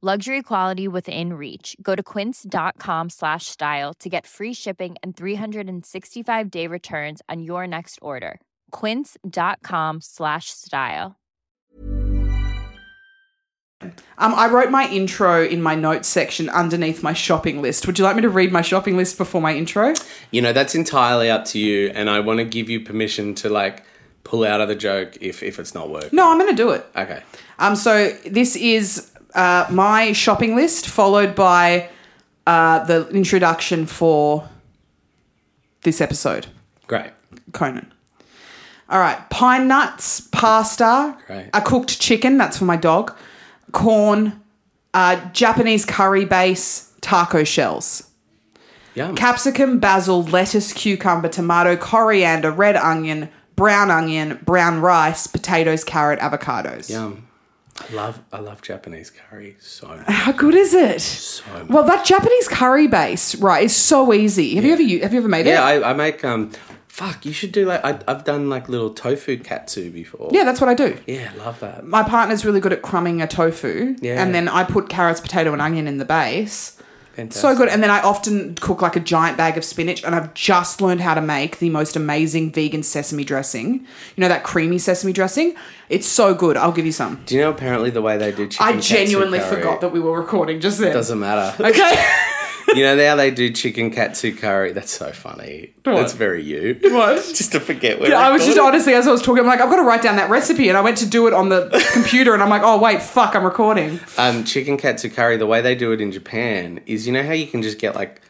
Speaker 5: Luxury quality within reach. Go to quince.com slash style to get free shipping and 365 day returns on your next order. Quince.com slash style.
Speaker 1: um, I wrote my intro in my notes section underneath my shopping list. Would you like me to read my shopping list before my intro?
Speaker 2: You know, that's entirely up to you, and I want to give you permission to like pull out of the joke if if it's not working.
Speaker 1: No, I'm going to do it.
Speaker 2: Okay.
Speaker 1: Um, so this is uh, my shopping list, followed by uh, the introduction for this episode,
Speaker 2: Great.
Speaker 1: Conan. All right, pine nuts, pasta,
Speaker 2: Great.
Speaker 1: a cooked chicken. That's for my dog. Corn, uh, Japanese curry base, taco shells
Speaker 2: Yeah.
Speaker 1: capsicum, basil, lettuce, cucumber, tomato, coriander, red onion, brown onion, brown rice, potatoes, carrot, avocados.
Speaker 2: Yum. Um, I love I love Japanese curry so much.
Speaker 1: How good is it? So well, that Japanese curry base, right, is so easy. Have you ever u- have you ever made
Speaker 2: Yeah,
Speaker 1: it?
Speaker 2: I, I make um fuck, you should do like I I've done like little tofu katsu before.
Speaker 1: yeah, that's what I do.
Speaker 2: Yeah, love that.
Speaker 1: My partner's really good at crumbing a tofu,
Speaker 2: Yeah.
Speaker 1: and then I put carrots, potato, and onion in the base.
Speaker 2: Fantastic.
Speaker 1: So good. And then I often cook like a giant bag of spinach, and I've just learned how to make the most amazing vegan sesame dressing. You know, that creamy sesame dressing? It's so good. I'll give you some.
Speaker 2: Do you know apparently the way they do chicken
Speaker 1: I
Speaker 2: katsu
Speaker 1: genuinely
Speaker 2: curry-
Speaker 1: forgot that we were recording just then.
Speaker 2: doesn't matter.
Speaker 1: Okay.
Speaker 2: you know how they do chicken katsu curry? That's so funny. That's very you.
Speaker 1: What?
Speaker 2: just to forget where
Speaker 1: Yeah, I was just
Speaker 2: recorded.
Speaker 1: honestly, as I was talking, I'm like, I've got to write down that recipe, and I went to do it on the computer, and I'm like, oh wait, fuck, I'm recording.
Speaker 2: um, chicken katsu curry, the way they do it in Japan is you know how you can just get like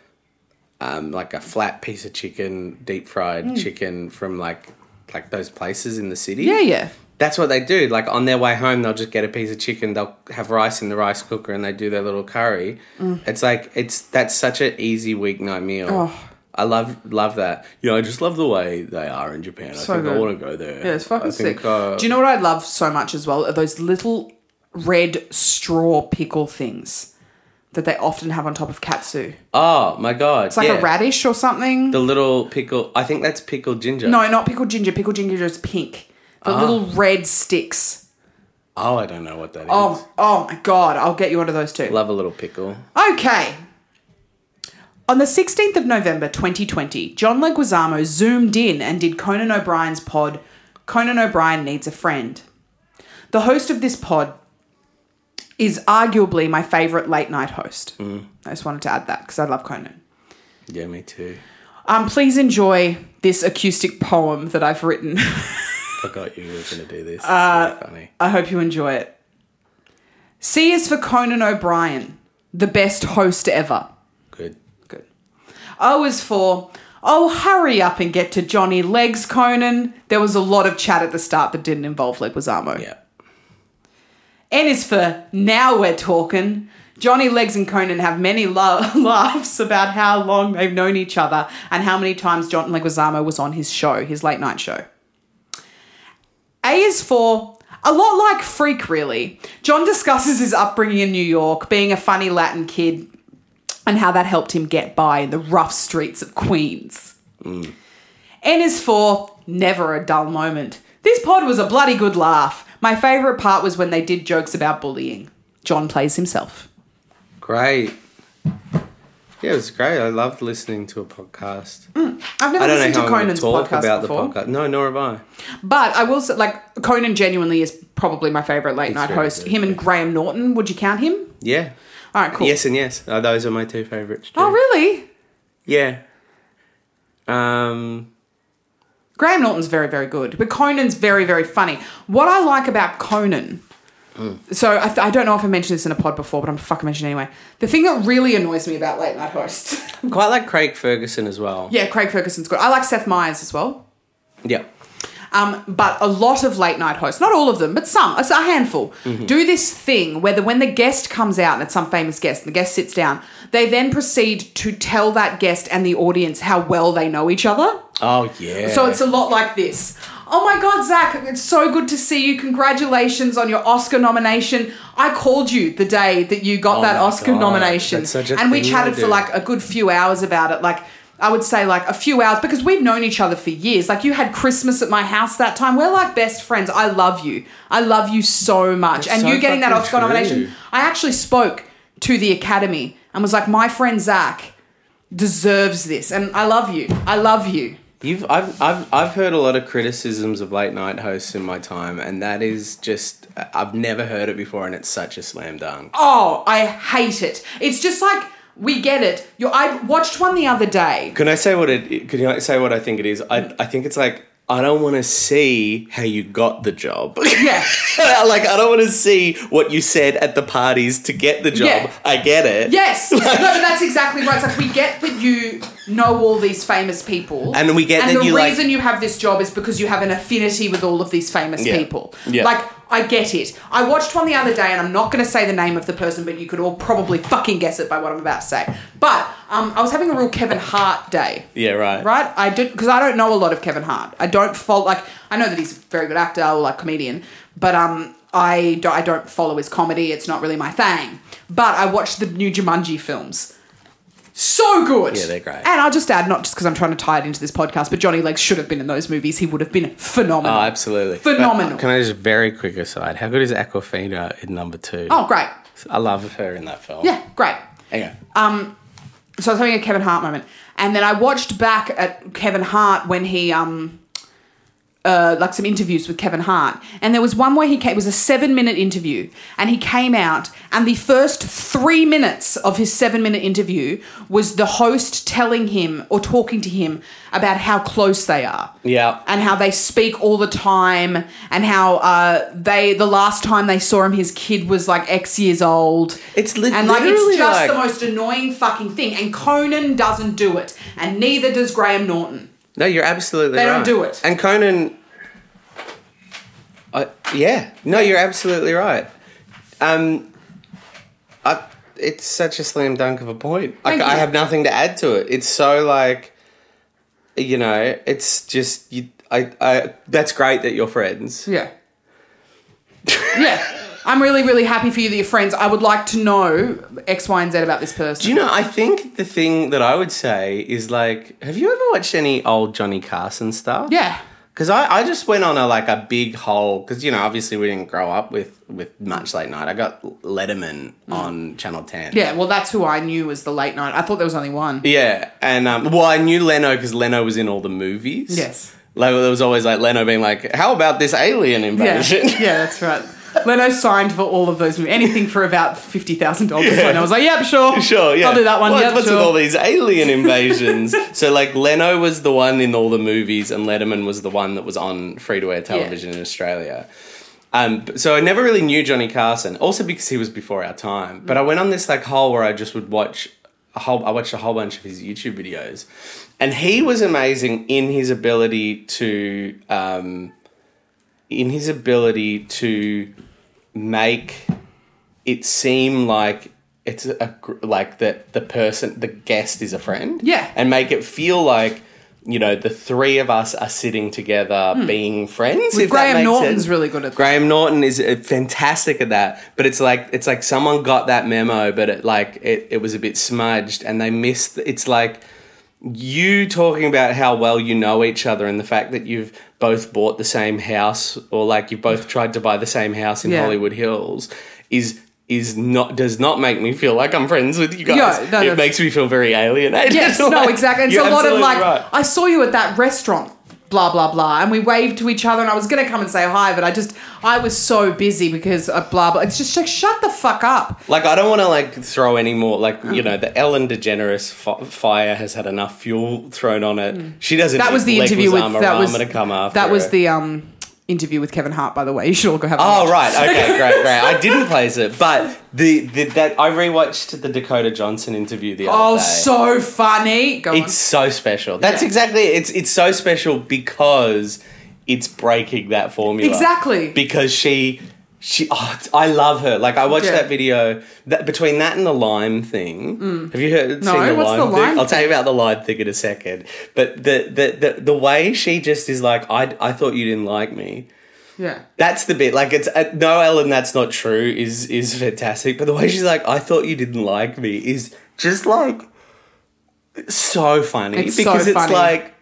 Speaker 2: um, like a flat piece of chicken, deep fried chicken from like like those places in the city.
Speaker 1: Mm. Yeah, yeah.
Speaker 2: That's what they do. Like on their way home, they'll just get a piece of chicken. They'll have rice in the rice cooker, and they do their little curry.
Speaker 1: Mm.
Speaker 2: It's like it's that's such an easy weeknight meal.
Speaker 1: Oh.
Speaker 2: I love love that. You know, I just love the way they are in Japan. I think I
Speaker 1: good.
Speaker 2: want to go there.
Speaker 1: Yeah, it's
Speaker 2: I
Speaker 1: fucking
Speaker 2: think,
Speaker 1: sick.
Speaker 2: uh,
Speaker 1: do you know what I love so much as well? Are those little red straw pickle things that they often have on top of katsu.
Speaker 2: oh my god,
Speaker 1: It's like a radish or something.
Speaker 2: The little pickle. I think that's pickled ginger.
Speaker 1: no, not pickled ginger. Pickled ginger is pink. The
Speaker 2: Ah.
Speaker 1: little red sticks.
Speaker 2: Oh, I don't know what that is.
Speaker 1: Oh, oh my god! I'll get you one of those too.
Speaker 2: Love a little pickle.
Speaker 1: Okay. On the 16th of November 2020, John Leguizamo zoomed in and did Conan O'Brien's pod, Conan O'Brien Needs a Friend. The host of this pod is arguably my favorite late night host. I just wanted to add that because I love Conan.
Speaker 2: Yeah, me too.
Speaker 1: Um, please enjoy this acoustic poem that I've written.
Speaker 2: Forgot you were going to do this. Uh, funny.
Speaker 1: I hope you enjoy it. C is for Conan O'Brien, the best host ever.
Speaker 2: Good.
Speaker 1: Good. O is for, oh, hurry up and get to Johnny Legs, Conan. There was a lot of chat at the start that didn't involve Leguizamo.
Speaker 2: Yeah.
Speaker 1: N is for now we're talking. Johnny Legs and Conan have many lo- laughs about how long they've known each other and how many times John Leguizamo was on his show, his late night show. A is for a lot like Freak, really. John discusses his upbringing in New York, being a funny Latin kid, and how that helped him get by in the rough streets of Queens. N is for never a dull moment. This pod was a bloody good laugh. My favourite part was when they did jokes about bullying. John plays himself.
Speaker 2: Great. Yeah, it was great. I loved listening to a podcast.
Speaker 1: Mm-hmm. I've never
Speaker 2: I
Speaker 1: listened
Speaker 2: don't know how
Speaker 1: to
Speaker 2: I'm going
Speaker 1: Conan's
Speaker 2: to talk
Speaker 1: podcast
Speaker 2: about
Speaker 1: before,
Speaker 2: the podcast. No, nor have I.
Speaker 1: but I will say, like, Conan genuinely is probably my favourite late night
Speaker 2: very
Speaker 1: host.
Speaker 2: good,
Speaker 1: Him and Graham Norton. Would you count him?
Speaker 2: Yeah.
Speaker 1: All right, cool.
Speaker 2: Yes and yes. Uh, those are my two favourites.
Speaker 1: Oh,
Speaker 2: too.
Speaker 1: really?
Speaker 2: Yeah. Um,
Speaker 1: Graham Norton's very, very good, but Conan's very, very funny. What I like about Conan,
Speaker 2: Hmm.
Speaker 1: so I, th- I don't know if I mentioned this in a pod before, but I'm fucking mentioning it anyway. The thing that really annoys me about late night hosts,
Speaker 2: quite like Craig Ferguson as well.
Speaker 1: yeah, Craig Ferguson's good. I like Seth Meyers as well,
Speaker 2: Yeah.
Speaker 1: um, but a lot of late night hosts, not all of them, but some, it's a handful, do this thing where the, when the guest comes out and it's some famous guest and the guest sits down, they then proceed to tell that guest and the audience how well they know each other.
Speaker 2: Oh yeah.
Speaker 1: So it's a lot like this. Oh my God, Zach, it's so good to see you. Congratulations on your Oscar nomination. I called you the day that you got
Speaker 2: Oh
Speaker 1: that
Speaker 2: my
Speaker 1: Oscar
Speaker 2: God,
Speaker 1: nomination.
Speaker 2: that's such a
Speaker 1: and we
Speaker 2: thing
Speaker 1: chatted
Speaker 2: they
Speaker 1: for
Speaker 2: do.
Speaker 1: like a good few hours about it. Like, I would say like a few hours because we've known each other for years. Like, you had Christmas at my house that time. We're like best friends. I love you. I love you so much.
Speaker 2: That's
Speaker 1: and
Speaker 2: so
Speaker 1: you getting that
Speaker 2: fucking
Speaker 1: Oscar nomination.
Speaker 2: true.
Speaker 1: I actually spoke to the Academy and was like, my friend Zach deserves this. And I love you. I love you.
Speaker 2: You've I've, I've I've heard a lot of criticisms of late night hosts in my time, and that is just I've never heard it before, and it's such a slam dunk.
Speaker 1: Oh, I hate it. It's just like we get it. you I watched one the other day.
Speaker 2: Can I say what it? Can I say what I think it is? I I think it's like I don't want to see how you got the job.
Speaker 1: Yeah.
Speaker 2: like I don't want to see what you said at the parties to get the job.
Speaker 1: Yeah.
Speaker 2: I get it.
Speaker 1: Yes. no, but that's exactly right. It's like we get that you know all these famous people,
Speaker 2: And we get
Speaker 1: and
Speaker 2: that
Speaker 1: the
Speaker 2: you, like-
Speaker 1: reason you have this job is because you have an affinity with all of these famous
Speaker 2: Yeah.
Speaker 1: people.
Speaker 2: Yeah.
Speaker 1: Like I get it. I watched one the other day, and I'm not going to say the name of the person, but you could all probably fucking guess it by what I'm about to say. But um, I was having a real Kevin Hart day.
Speaker 2: Yeah, right.
Speaker 1: right? I did because I don't know a lot of Kevin Hart. I don't follow like I know that he's a very good actor or like comedian, but um, I don't, I don't follow his comedy. It's not really my thing. But I watched the new Jumanji films. So good.
Speaker 2: Yeah, they're great.
Speaker 1: And I'll just add, not just because I'm trying to tie it into this podcast, but Johnny Legs should have been in those movies. He would have been phenomenal.
Speaker 2: Oh, absolutely.
Speaker 1: Phenomenal.
Speaker 2: But can I just very quick aside? How good is Aquafina in number two?
Speaker 1: oh, great.
Speaker 2: I love her in that film.
Speaker 1: Yeah, Um, great.
Speaker 2: Anyway.
Speaker 1: so I was having a Kevin Hart moment, and then I watched back at Kevin Hart when he um. Uh, like some interviews with Kevin Hart, and there was one where he came, it was a seven minute interview, and he came out, and the first three minutes of his seven minute interview was the host telling him or talking to him about how close they are,
Speaker 2: Yeah.
Speaker 1: and how they speak all the time, and how uh, they the last time they saw him, his kid was like X years old,
Speaker 2: It's lit-
Speaker 1: and like
Speaker 2: literally
Speaker 1: it's just
Speaker 2: like-
Speaker 1: the most annoying fucking thing. And Conan doesn't do it, and neither does Graham Norton.
Speaker 2: No, you're absolutely
Speaker 1: They
Speaker 2: right.
Speaker 1: don't do it.
Speaker 2: And Conan. I, yeah. No, you're absolutely right. Um, I, it's such a slam dunk of a point. I,
Speaker 1: Thank
Speaker 2: I
Speaker 1: you.
Speaker 2: have nothing to add to it. It's so like, you know, it's just you. I, I that's great that you're friends.
Speaker 1: Yeah, yeah. I'm really, really happy for you that you're friends. I would like to know X, Y, and Z about this person.
Speaker 2: Do you know? I think the thing that I would say is like, have you ever watched any old Johnny Carson stuff?
Speaker 1: Yeah.
Speaker 2: Because I, I just went on a like a big hole because you know obviously we didn't grow up with with much late night. I got Letterman on Channel Ten.
Speaker 1: Mm. Yeah, well, that's who I knew was the late night. I thought there was only one.
Speaker 2: Yeah, and um, well, I knew Leno because Leno was in all the movies.
Speaker 1: Yes.
Speaker 2: Like, there was always like Leno being like, "How about this alien
Speaker 1: Yeah,
Speaker 2: invasion?"
Speaker 1: yeah, that's right. Leno signed for all of those movies, anything for about fifty thousand dollars.
Speaker 2: Yeah.
Speaker 1: And I was like, "Yep, sure,
Speaker 2: Sure, yeah.
Speaker 1: I'll do that one."
Speaker 2: What-
Speaker 1: yep,
Speaker 2: what's
Speaker 1: sure.
Speaker 2: with all these alien invasions? so, like, Leno was the one in all the movies, and Letterman was the one that was on free to air television in Australia. Um, b- so I never really knew Johnny Carson, also because he was before our time. But I went on this like hole where I just would watch a whole. I watched a whole bunch of his YouTube videos, and he was amazing in his ability to, um, in his ability to make it seem like it's a gr- like that the person the guest is a friend
Speaker 1: Yeah.
Speaker 2: and make it feel like you know the three of us are sitting together being friends
Speaker 1: Hmm.
Speaker 2: if that
Speaker 1: Graham
Speaker 2: makes
Speaker 1: Norton's
Speaker 2: sense.
Speaker 1: really good at that.
Speaker 2: Graham Norton is uh, fantastic at that, but it's like it's like someone got that memo, but it like it, it was a bit smudged, and they missed. It's like you talking about how well you know each other and the fact that you've both bought the same house or like you've both tried to buy the same house in
Speaker 1: Yeah.
Speaker 2: Hollywood Hills is is not does not make me feel like I'm friends with you guys.
Speaker 1: Yeah, no,
Speaker 2: it
Speaker 1: that's-
Speaker 2: makes me feel very alienated.
Speaker 1: Yes, no,
Speaker 2: Like,
Speaker 1: exactly. It's
Speaker 2: you're
Speaker 1: a lot of
Speaker 2: absolutely
Speaker 1: like,
Speaker 2: right.
Speaker 1: I saw you at that restaurant, blah blah blah, and we waved to each other, and I was gonna come and say hi, but I just, I was so busy because of blah blah. It's just like, shut the fuck up.
Speaker 2: Like I don't want to like throw any more. Like
Speaker 1: Uh-huh.
Speaker 2: you know, the Ellen DeGeneres fi fire has had enough fuel thrown on it. She doesn't.
Speaker 1: Hmm. That
Speaker 2: need
Speaker 1: was the
Speaker 2: Leg
Speaker 1: interview with
Speaker 2: Lasama
Speaker 1: that was
Speaker 2: Rama to come after
Speaker 1: that was
Speaker 2: her.
Speaker 1: the um interview with Kevin Hart, by the way. You should all go have. a
Speaker 2: Oh
Speaker 1: watch.
Speaker 2: right, okay, great, great. I didn't place it, but the, the that I rewatched the Dakota Johnson interview the other
Speaker 1: Oh,
Speaker 2: day.
Speaker 1: so funny. Go
Speaker 2: It's so special. That's exactly it's it's so special because it's breaking that formula.
Speaker 1: Exactly.
Speaker 2: Because she she oh, it's- I love her. Like I watched
Speaker 1: Yeah.
Speaker 2: that video that between that and the lime thing. Have you heard
Speaker 1: Mm. No,
Speaker 2: seen the
Speaker 1: what's
Speaker 2: lime
Speaker 1: the
Speaker 2: thing?
Speaker 1: lime
Speaker 2: I'll tell you about the lime thing in a second. But the the the, the way she just is like I I thought you didn't like me.
Speaker 1: on. Yeah.
Speaker 2: That's the bit. Like it's uh, no, Ellen. That's not true. Is is fantastic. But the way she's like, I thought you didn't like me. Is just like so funny
Speaker 1: It's so
Speaker 2: because it's
Speaker 1: funny.
Speaker 2: like,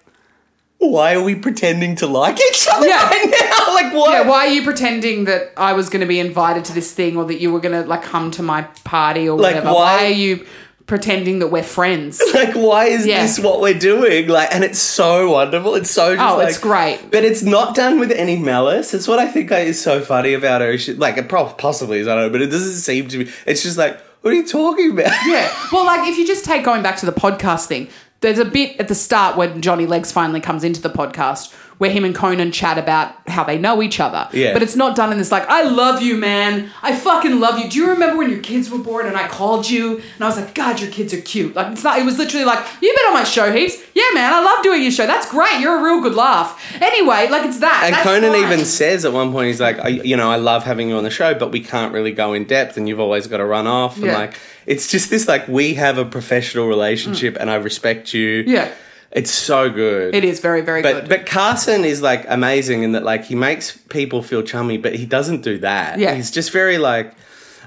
Speaker 2: why are we pretending to like each other
Speaker 1: Yeah.
Speaker 2: right now? Like what?
Speaker 1: Yeah, why are you pretending that I was going to be invited to this thing or that you were going to like come to my party or
Speaker 2: Like,
Speaker 1: whatever?
Speaker 2: why-
Speaker 1: Why are you pretending that we're friends?
Speaker 2: like why is
Speaker 1: Yeah.
Speaker 2: this what we're doing like and it's so wonderful it's so just
Speaker 1: Oh,
Speaker 2: like,
Speaker 1: it's great.
Speaker 2: but it's not done with any malice it's what i think is so funny about her she, like it prob- possibly is i don't know but it doesn't seem to be it's just like what are you talking about
Speaker 1: Yeah. Well, like if you just take going back to the podcast thing, there's a bit at the start when Johnny Legs finally comes into the podcast where him and Conan chat about how they know each other.
Speaker 2: Yeah.
Speaker 1: But it's not done in this like, I love you, man. I fucking love you. Do you remember when your kids were born and I called you and I was like, God, your kids are cute. Like it's not it was literally like, You've been on my show heaps. Yeah, man, I love doing your show. That's great. You're a real good laugh. Anyway, like it's that.
Speaker 2: And
Speaker 1: That's
Speaker 2: Conan
Speaker 1: fine.
Speaker 2: even says at one point, he's like, I, you know, I love having you on the show, but we can't really go in depth and you've always got to run off. And
Speaker 1: Yeah.
Speaker 2: like, it's just this, like, we have a professional relationship and I respect you.
Speaker 1: Mm. Yeah.
Speaker 2: It's so good.
Speaker 1: It is very, very
Speaker 2: But,
Speaker 1: good.
Speaker 2: but Carson is like amazing in that like he makes people feel chummy, but he doesn't do that.
Speaker 1: Yeah.
Speaker 2: He's just very like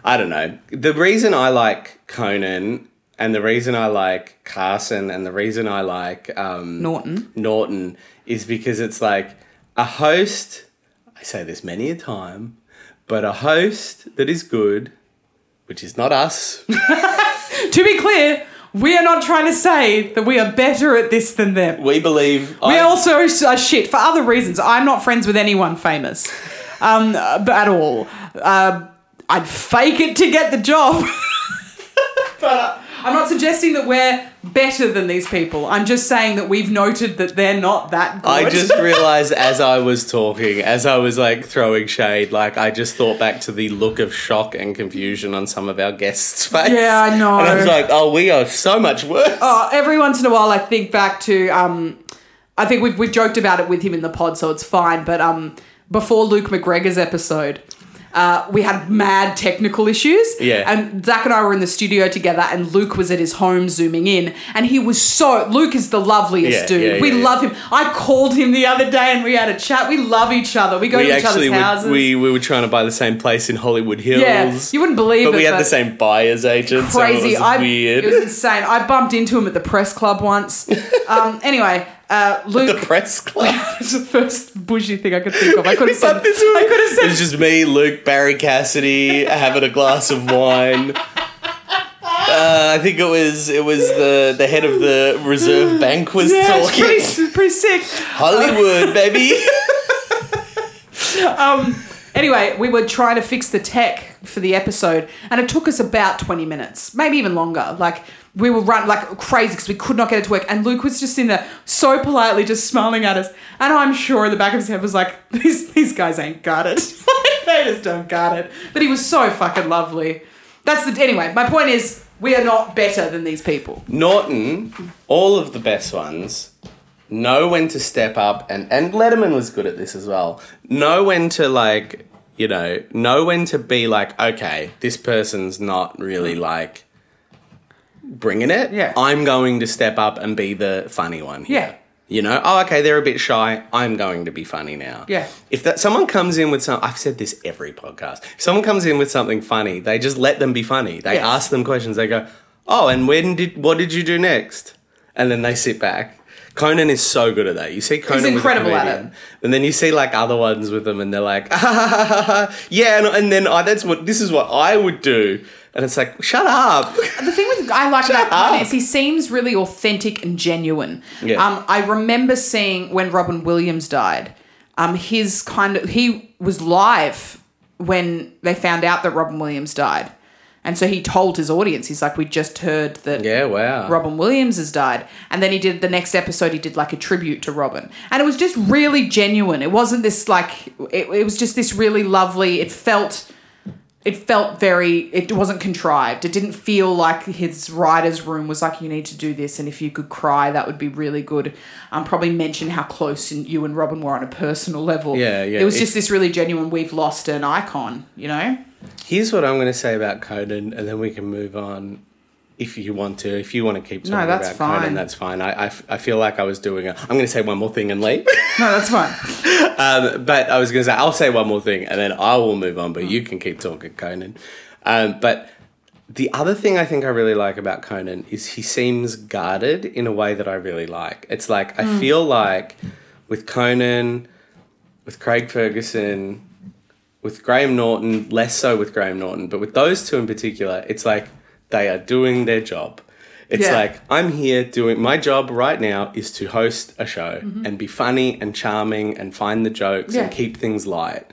Speaker 2: I don't know. The reason I like Conan and the reason I like Carson and the reason I like um,
Speaker 1: Norton.
Speaker 2: Norton is because it's like a host. I say this many a time, but a host that is good, which is not us.
Speaker 1: To be clear, we are not trying to say that we are better at this than them.
Speaker 2: We believe.
Speaker 1: We
Speaker 2: I-
Speaker 1: also are shit for other reasons. I'm not friends with anyone famous, um, uh, at all. Uh, I'd fake it to get the job. but uh, I'm not suggesting that we're better than these people. I'm just saying that we've noted that they're not that good.
Speaker 2: I just realized as I was talking, as I was like throwing shade, like I just thought back to the look of shock and confusion on some of our guests' face.
Speaker 1: Yeah, I know.
Speaker 2: And I was like, oh, we are so much worse.
Speaker 1: Uh, every once in a while, I think back to. Um, I think we've we've joked about it with him in the pod, so it's fine. But um, before Luke McGregor's episode. Uh, we had mad technical issues.
Speaker 2: Yeah.
Speaker 1: And Zach and I were in the studio together, and Luke was at his home zooming in. And he was so. Luke is the loveliest
Speaker 2: Yeah,
Speaker 1: dude.
Speaker 2: yeah,
Speaker 1: we
Speaker 2: yeah, yeah.
Speaker 1: love him. I called him the other day and we had a chat. We love each other. We go
Speaker 2: we
Speaker 1: to each other's
Speaker 2: actually were,
Speaker 1: houses.
Speaker 2: we, we were trying to buy the same place in Hollywood Hills.
Speaker 1: Yeah, you wouldn't believe
Speaker 2: but
Speaker 1: it,
Speaker 2: we had
Speaker 1: but-
Speaker 2: the same buyer's agent.
Speaker 1: crazy.
Speaker 2: So it was
Speaker 1: I,
Speaker 2: weird.
Speaker 1: It was insane. I bumped into him at the press club once. um, anyway, uh,
Speaker 2: the
Speaker 1: Luke.
Speaker 2: press club.
Speaker 1: It's the first bushy thing I could think of. I could
Speaker 2: We
Speaker 1: have said.
Speaker 2: bumped into
Speaker 1: I
Speaker 2: it.
Speaker 1: could have said.
Speaker 2: It was just me, Luke, Barry Cassidy having a glass of wine. Uh, I think it was it was the, the head of the reserve bank was
Speaker 1: yeah, it's
Speaker 2: talking.
Speaker 1: pretty, it's pretty sick.
Speaker 2: Hollywood, baby.
Speaker 1: Um, Anyway, we were trying to fix the tech for the episode, and it took us about 20 minutes, maybe even longer. Like, we were run like crazy because we could not get it to work. And Luke was just in there so politely just smiling at us. And I'm sure in the back of his head was like, these, these guys ain't got it. they just don't got it. But he was so fucking lovely. That's the. Anyway, my point is, we are not better than these people.
Speaker 2: Norton, all of the best ones, know when to step up, and and Letterman was good at this as well. Know when to like, you know, know when to be like, okay, this person's not really like bringing it.
Speaker 1: Yeah.
Speaker 2: I'm going to step up and be the funny one. Here.
Speaker 1: Yeah.
Speaker 2: You know, oh, okay, they're a bit shy. I'm going to be funny now.
Speaker 1: Yeah.
Speaker 2: If that someone comes in with some, I've said this every podcast. If someone comes in with something funny, they just let them be funny. They
Speaker 1: Yes.
Speaker 2: ask them questions. They go, oh, and when did what did you do next? And then they sit back. Conan is so good at that. You see Conan
Speaker 1: incredible
Speaker 2: with a
Speaker 1: at
Speaker 2: comedian,
Speaker 1: it.
Speaker 2: and then you see like other ones with them, and they're like, ah, ha, ha, ha, ha. yeah, and, and then oh, that's what this is what I would do, and it's like, shut up.
Speaker 1: The thing with I like about Khan
Speaker 2: up.
Speaker 1: is he seems really authentic and genuine.
Speaker 2: Yeah.
Speaker 1: Um, I remember seeing when Robin Williams died. Um, his kind of he was live when they found out that Robin Williams died, and so he told his audience, he's like, "We just heard that
Speaker 2: yeah, wow.
Speaker 1: Robin Williams has died. And then he did the next episode, he did like a tribute to Robin. And it was just really genuine. It wasn't this like, it, it was just this really lovely, it felt. It felt very. It wasn't contrived. It didn't feel like his writers' room was like, "You need to do this, and if you could cry, that would be really good." Um, probably mention how close you and Robin were on a personal level.
Speaker 2: Yeah, yeah.
Speaker 1: It was
Speaker 2: It-
Speaker 1: just this really genuine. We've lost an icon, you know.
Speaker 2: Here's what I'm going to say about Conan, and then we can move on. If you want to, if you want to keep talking
Speaker 1: that's
Speaker 2: about
Speaker 1: fine.
Speaker 2: Conan, that's fine. I, I f- I feel like I was doing a. I'm going to say one more thing and leave.
Speaker 1: No, that's fine.
Speaker 2: um, but I was going to say I'll say one more thing and then I will move on. But you can keep talking, Conan. Um, but the other thing I think I really like about Conan is he seems guarded in a way that I really like. It's like I feel like with Conan, with Craig Ferguson, with Graham Norton, less so with Graham Norton, but with those two in particular, it's like they are doing their job. It's
Speaker 1: Yeah.
Speaker 2: like I'm here doing my job right now is to host a show and be funny and charming and find the jokes and
Speaker 1: Mm-hmm. Yeah.
Speaker 2: keep things light.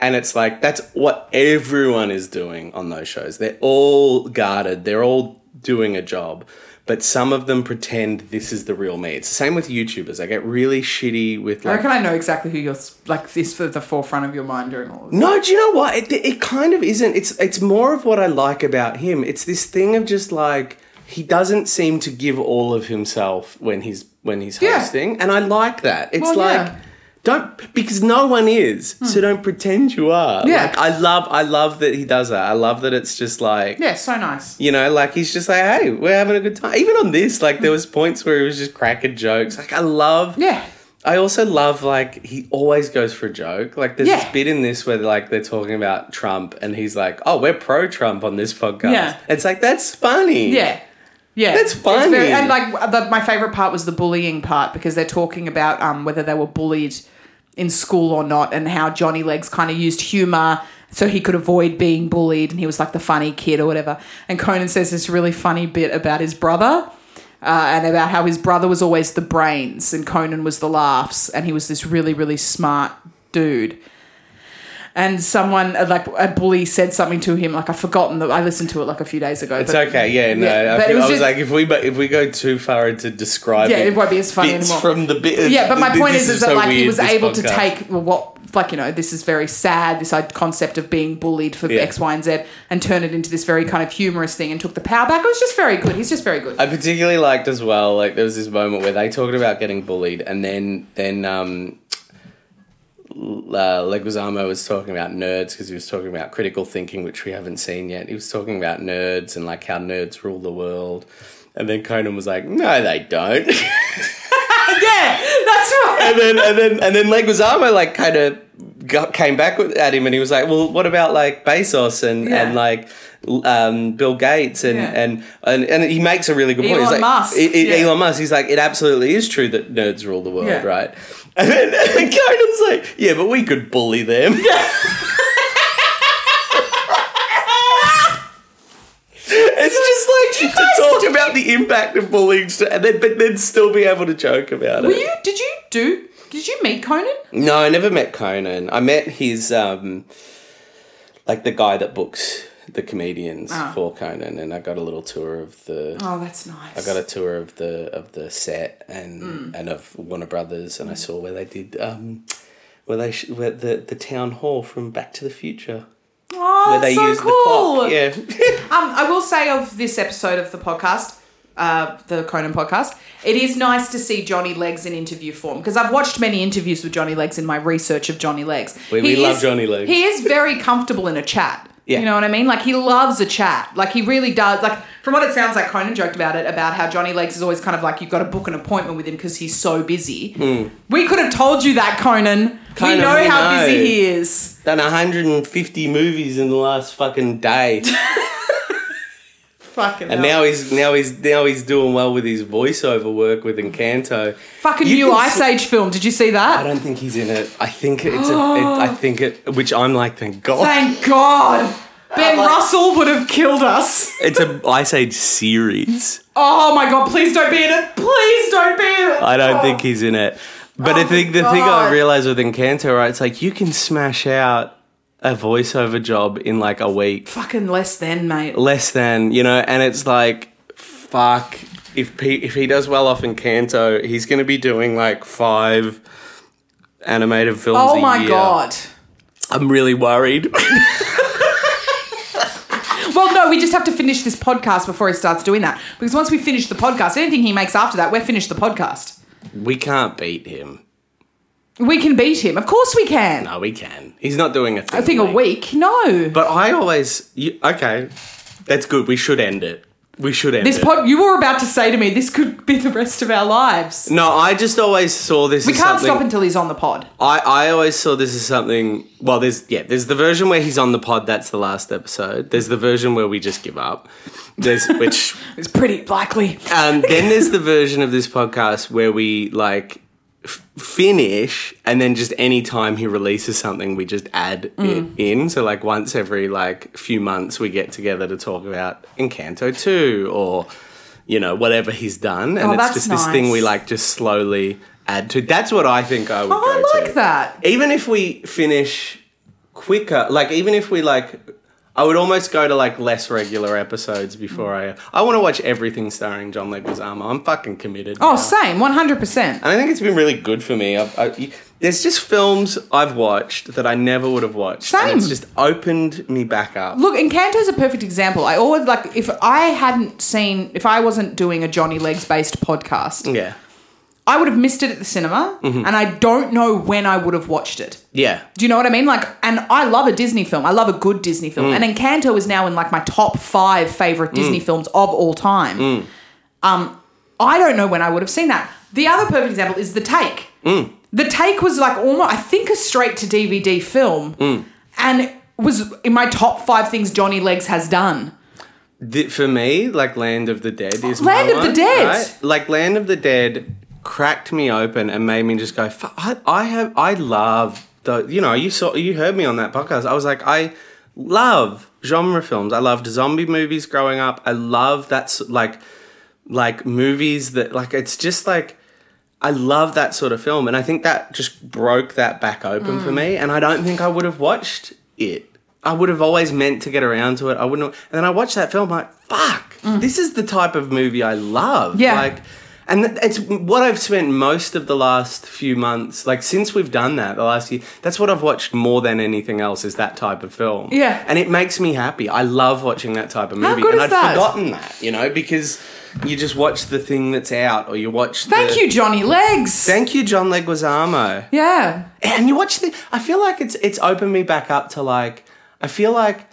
Speaker 2: And it's like that's what everyone is doing on those shows. They're all guarded, they're all doing a job. But some of them pretend this is the real me. It's the same with YouTubers. I get really shitty with
Speaker 1: I
Speaker 2: like
Speaker 1: reckon I know exactly who you're s- like this for the forefront of your mind during all of this.
Speaker 2: No, do you know what? It, it kind of isn't. It's it's more of what I like about him. It's this thing of just like he doesn't seem to give all of himself when he's when he's
Speaker 1: Yeah.
Speaker 2: hosting, and I like that. It's
Speaker 1: Well,
Speaker 2: like.
Speaker 1: yeah. Hmm.
Speaker 2: Don't because no one is, so don't pretend you are.
Speaker 1: Yeah.
Speaker 2: Like, I love, I love that he does that. I love that it's just like,
Speaker 1: Yeah, so nice.
Speaker 2: you know, like he's just like, hey, we're having a good time. Even on this, like there was points where he was just cracking jokes. Like I love,
Speaker 1: Yeah.
Speaker 2: I also love like he always goes for a joke. Like there's
Speaker 1: Yeah.
Speaker 2: this bit in this where like they're talking about Trump and he's like, "Oh, we're pro Trump on this podcast."
Speaker 1: Yeah.
Speaker 2: It's like that's funny.
Speaker 1: Yeah. Yeah.
Speaker 2: That's
Speaker 1: It's
Speaker 2: funny.
Speaker 1: and like the, my favorite part was the bullying part because they're talking about um, whether they were bullied in school or not and how Johnny Legs kind of used humor so he could avoid being bullied and he was like the funny kid or whatever. And Conan says this really funny bit about his brother. Uh, and about how his brother was always the brains and Conan was the laughs, and he was this really, really smart dude. And someone, uh, like a bully, said something to him. Like I've forgotten that I listened to it like a few days ago.
Speaker 2: It's okay. Yeah, no.
Speaker 1: Yeah,
Speaker 2: I,
Speaker 1: but it
Speaker 2: feel-
Speaker 1: was
Speaker 2: I was
Speaker 1: just-
Speaker 2: like, if we but if we go too far into describing,
Speaker 1: Yeah, it won't be as funny
Speaker 2: bits
Speaker 1: anymore.
Speaker 2: From the bit,
Speaker 1: yeah, but my
Speaker 2: th-
Speaker 1: point
Speaker 2: this
Speaker 1: is, is that
Speaker 2: so
Speaker 1: like he
Speaker 2: weird,
Speaker 1: was
Speaker 2: this
Speaker 1: able to
Speaker 2: podcast.
Speaker 1: take well, what like you know this is very sad this like, concept of being bullied for
Speaker 2: Yeah.
Speaker 1: X Y and Z and turn it into this very kind of humorous thing and took the power back. It was just very good. He's just very good.
Speaker 2: I particularly liked as well. Like there was this moment where they talked about getting bullied, and then then um, uh, Leguizamo was talking about nerds because he was talking about critical thinking, which we haven't seen yet. He was talking about nerds and like how nerds rule the world, and then Conan was like, "No, they don't."
Speaker 1: yeah, that's right.
Speaker 2: and then and then and then Leguizamo like kind of got, came back with- at him and he was like, "Well, what about like Bezos and
Speaker 1: Yeah.
Speaker 2: and like um, Bill Gates and,
Speaker 1: Yeah.
Speaker 2: and and and he makes a really good point.
Speaker 1: Elon
Speaker 2: He's like,
Speaker 1: Musk.
Speaker 2: "E- E-
Speaker 1: Yeah.
Speaker 2: Elon Musk. He's like, it absolutely is true that nerds rule the world,
Speaker 1: Yeah.
Speaker 2: right? And then and Conan's like, yeah, but we could bully them. It's just like to talk about the impact of bullying, and then but then still be able to joke about it.
Speaker 1: Were you? Did you do Did you meet Conan?
Speaker 2: No, I never met Conan. I met his um like the guy that books the comedians for Conan and I got a little tour of the
Speaker 1: Ah. Oh, that's nice. Hmm.
Speaker 2: I got a tour of the of the set and and of Warner Brothers and I saw where they did um where they sh- where the the town hall from Back to the Future
Speaker 1: Oh,
Speaker 2: where
Speaker 1: that's
Speaker 2: they
Speaker 1: so
Speaker 2: use
Speaker 1: cool.
Speaker 2: the clock. Yeah.
Speaker 1: Um, I will say of this episode of the podcast, uh, the Conan podcast, it is nice to see Johnny Legs in interview form because I've watched many interviews with Johnny Legs in my research of Johnny Legs.
Speaker 2: We- we love Johnny Legs.
Speaker 1: He is very comfortable in a chat.
Speaker 2: Yeah.
Speaker 1: You know what I mean? Like he loves a chat. Like he really does. Like from what it sounds like, Conan joked about it about how Johnny Legs is always kind of like you've got to book an appointment with him because he's so busy. We could have told you that, Conan.
Speaker 2: Hmm. Conan,
Speaker 1: we know
Speaker 2: we
Speaker 1: how
Speaker 2: know.
Speaker 1: busy he is.
Speaker 2: Done 150 movies in the last fucking day.
Speaker 1: Fucking.
Speaker 2: And
Speaker 1: hell.
Speaker 2: now he's now he's now he's doing well with his voiceover work with Encanto.
Speaker 1: fucking
Speaker 2: you
Speaker 1: new
Speaker 2: can
Speaker 1: Ice
Speaker 2: see-
Speaker 1: Age film. Did you see that?
Speaker 2: I don't think he's in it. I think it's a. It, I think it. Which I'm like, thank God.
Speaker 1: Thank God. Ben Russell would have killed us.
Speaker 2: it's a Ice Age series.
Speaker 1: Oh my God, please don't be in it. Please don't be in it.
Speaker 2: I don't
Speaker 1: Oh.
Speaker 2: think he's in it. But I think the thing I
Speaker 1: God.
Speaker 2: realized with Encanto, right? It's like you can smash out a voiceover job in like a week,
Speaker 1: Fucking less than, mate.
Speaker 2: less than you know. And it's like, fuck. If he, if he does well off Encanto, he's going to be doing like five animated films.
Speaker 1: Oh
Speaker 2: a
Speaker 1: my
Speaker 2: year.
Speaker 1: God.
Speaker 2: I'm really worried.
Speaker 1: Well, no, we just have to finish this podcast before he starts doing that. Because once we finish the podcast, anything he makes after that, we're finished the podcast.
Speaker 2: we can't beat him.
Speaker 1: We can beat him. Of course we can.
Speaker 2: No, we can. He's not doing a thing.
Speaker 1: I think a week. No.
Speaker 2: But I always. You, okay, that's good. We should end it. We should end
Speaker 1: this
Speaker 2: it.
Speaker 1: pod, you were about to say to me, this could be the rest of our lives.
Speaker 2: No, I just always saw this.
Speaker 1: We
Speaker 2: as
Speaker 1: can't
Speaker 2: something,
Speaker 1: stop until he's on the pod.
Speaker 2: I I always saw this as something. Well, there's yeah, there's the version where he's on the pod. That's the last episode. There's the version where we just give up. There's which
Speaker 1: It's pretty likely.
Speaker 2: um, then there's the version of this podcast where we like f- finish and then just any time he releases something we just add
Speaker 1: Mm.
Speaker 2: it in so like once every like few months we get together to talk about encanto 2 or you know whatever he's done and
Speaker 1: Oh,
Speaker 2: it's
Speaker 1: that's
Speaker 2: just this thing we
Speaker 1: nice.
Speaker 2: like just slowly add to that's what i think i would
Speaker 1: Oh,
Speaker 2: go
Speaker 1: I
Speaker 2: to.
Speaker 1: like that.
Speaker 2: even if we finish quicker like even if we like I would almost go to like less regular episodes before I. I want to watch everything starring John Leguizamo. I'm fucking committed.
Speaker 1: Oh,
Speaker 2: now.
Speaker 1: same, one hundred percent.
Speaker 2: and I think it's been really good for me. I've, I, you- there's just films I've watched that I never would have watched.
Speaker 1: Same.
Speaker 2: And it's just opened me back up.
Speaker 1: Look, Encanto's a perfect example. I always like if I hadn't seen if I wasn't doing a Johnny Legs based podcast,
Speaker 2: Yeah.
Speaker 1: I would have missed it at the cinema, and I don't know when I would have watched it.
Speaker 2: Yeah.
Speaker 1: Do you know what I mean? Like, and I love a Disney film. I love a good Disney film.
Speaker 2: Mm.
Speaker 1: And Encanto is now in like my top five favorite Disney films of all time.
Speaker 2: Mm.
Speaker 1: Um, I don't know when I would have seen that. The other perfect example is The Take.
Speaker 2: Mm.
Speaker 1: The Take was like almost, I think, a straight to DVD film,
Speaker 2: Mm.
Speaker 1: and was in my top five things Johnny Legs has done.
Speaker 2: Th- for me, like Land of the Dead is
Speaker 1: Land
Speaker 2: my
Speaker 1: of the
Speaker 2: one,
Speaker 1: Dead.
Speaker 2: right? Like Land of the Dead cracked me open and made me just go. Fuck, I, I have. I love the. You know, you saw. You heard me on that podcast. I was like, I love genre films. I loved zombie movies growing up. I love that. s- Like, like movies that like it's just like. I love that sort of film, and I think that just broke that back open
Speaker 1: Mm.
Speaker 2: for me. And I don't think I would have watched it. I would have always meant to get around to it. I wouldn't. And then I watched that film, like, fuck, this is the type of movie I love.
Speaker 1: Mm. Yeah.
Speaker 2: Like, and th- it's what I've spent most of the last few months, like since we've done that, the last year. That's what I've watched more than anything else is that type of film.
Speaker 1: Yeah.
Speaker 2: and it makes me happy. I love watching that type of movie,
Speaker 1: good
Speaker 2: and
Speaker 1: is
Speaker 2: I'd
Speaker 1: that?
Speaker 2: forgotten that, you know, because you just watch the thing that's out, or you watch.
Speaker 1: Thank
Speaker 2: the,
Speaker 1: you, Johnny Legs.
Speaker 2: Thank you, John Leguizamo.
Speaker 1: yeah.
Speaker 2: And you watch the. I feel like it's it's opened me back up to like. I feel like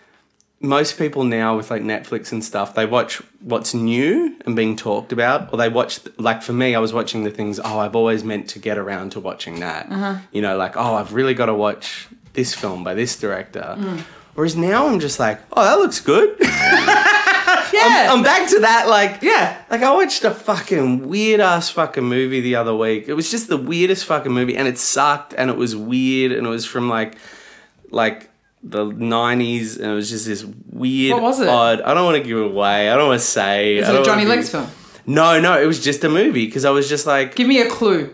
Speaker 2: most people now with like Netflix and stuff, they watch what's new and being talked about, or they watch like for me, I was watching the things. Oh, I've always meant to get around to watching that.
Speaker 1: Uh-huh.
Speaker 2: You know, like oh, I've really got to watch this film by this director.
Speaker 1: Mm.
Speaker 2: Whereas now I'm just like, oh, that looks good.
Speaker 1: Yeah.
Speaker 2: I'm back to that, like
Speaker 1: Yeah.
Speaker 2: like I watched a fucking weird ass fucking movie the other week. It was just the weirdest fucking movie, and it sucked, and it was weird, and it was from like, like the nineties, and it was just this weird,
Speaker 1: What was it?
Speaker 2: odd. I don't want to give it away. I don't want to say.
Speaker 1: Is it
Speaker 2: I
Speaker 1: a
Speaker 2: don't
Speaker 1: Johnny
Speaker 2: wanna
Speaker 1: Legs
Speaker 2: give-
Speaker 1: film?
Speaker 2: No, no, it was just a movie because I was just like,
Speaker 1: Give me a clue.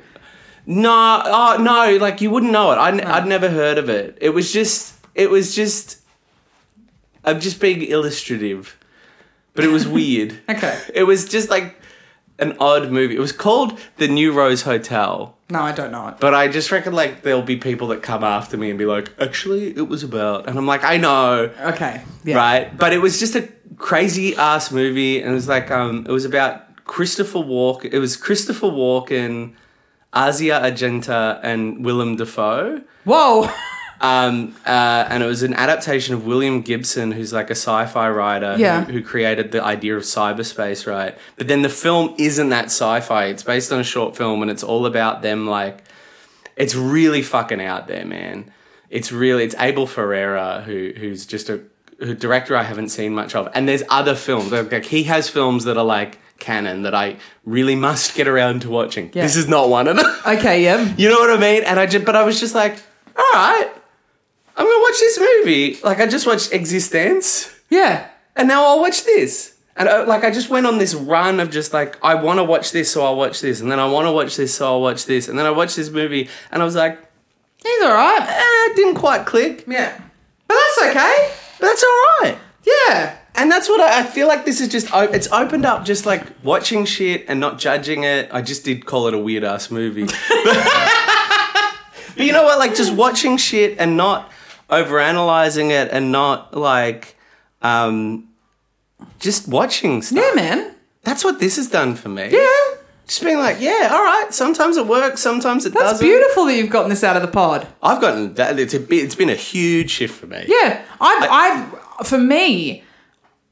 Speaker 2: No, oh no, like you wouldn't know it. I would never heard of it. It was just it was just I'm just being illustrative. But it was weird.
Speaker 1: Okay.
Speaker 2: It was just like an odd movie. It was called The New Rose Hotel.
Speaker 1: No, I don't know it.
Speaker 2: But I just reckon like there'll be people that come after me and be like, "Actually, it was about." And I'm like, "I know."
Speaker 1: Okay. Yeah.
Speaker 2: right? But it was just a crazy ass movie, and it was like um, it was about Christopher Walk. It was Christopher Walken, Asia Argenta, and Willem Dafoe.
Speaker 1: Whoa.
Speaker 2: Um, uh, and it was an adaptation of William Gibson, who's like a sci-fi writer
Speaker 1: Yeah.
Speaker 2: who, who created the idea of cyberspace, right? But then the film isn't that sci-fi. It's based on a short film, and it's all about them like it's really fucking out there, man. It's really it's Abel Ferreira who who's just a, a director I haven't seen much of, and there's other films like like, he has films that are like canon that I really must get around to watching. This is not one of them.
Speaker 1: Okay. Yeah.
Speaker 2: you know what I mean? And I just but I was just like, all right, I'm gonna watch this movie. Like I just watched Existence
Speaker 1: Yeah.
Speaker 2: and now I'll watch this. And uh, like I just went on this run of just like I want to watch this, so I'll watch this, and then I want to watch this, so I'll watch this, and then I watched this movie, and I was like,
Speaker 1: He's all right.
Speaker 2: eh, it didn't quite click, but
Speaker 1: Yeah. But that's okay.
Speaker 2: that's all right.
Speaker 1: Yeah.
Speaker 2: And that's what I, I feel like. This is just o- it's opened up, just like watching shit and not judging it. I just did call it a weird ass movie, but you know what? Like just watching shit and not overanalyzing it, and not like um, just watching stuff.
Speaker 1: Yeah, man.
Speaker 2: That's what this has done for me.
Speaker 1: Yeah.
Speaker 2: Just being like, yeah, all right. Sometimes it works, sometimes it
Speaker 1: That's
Speaker 2: doesn't.
Speaker 1: beautiful that you've gotten this out of the pod.
Speaker 2: I've gotten that. It's, a, bit- it's been a huge shift for me.
Speaker 1: Yeah, I've, I've for me,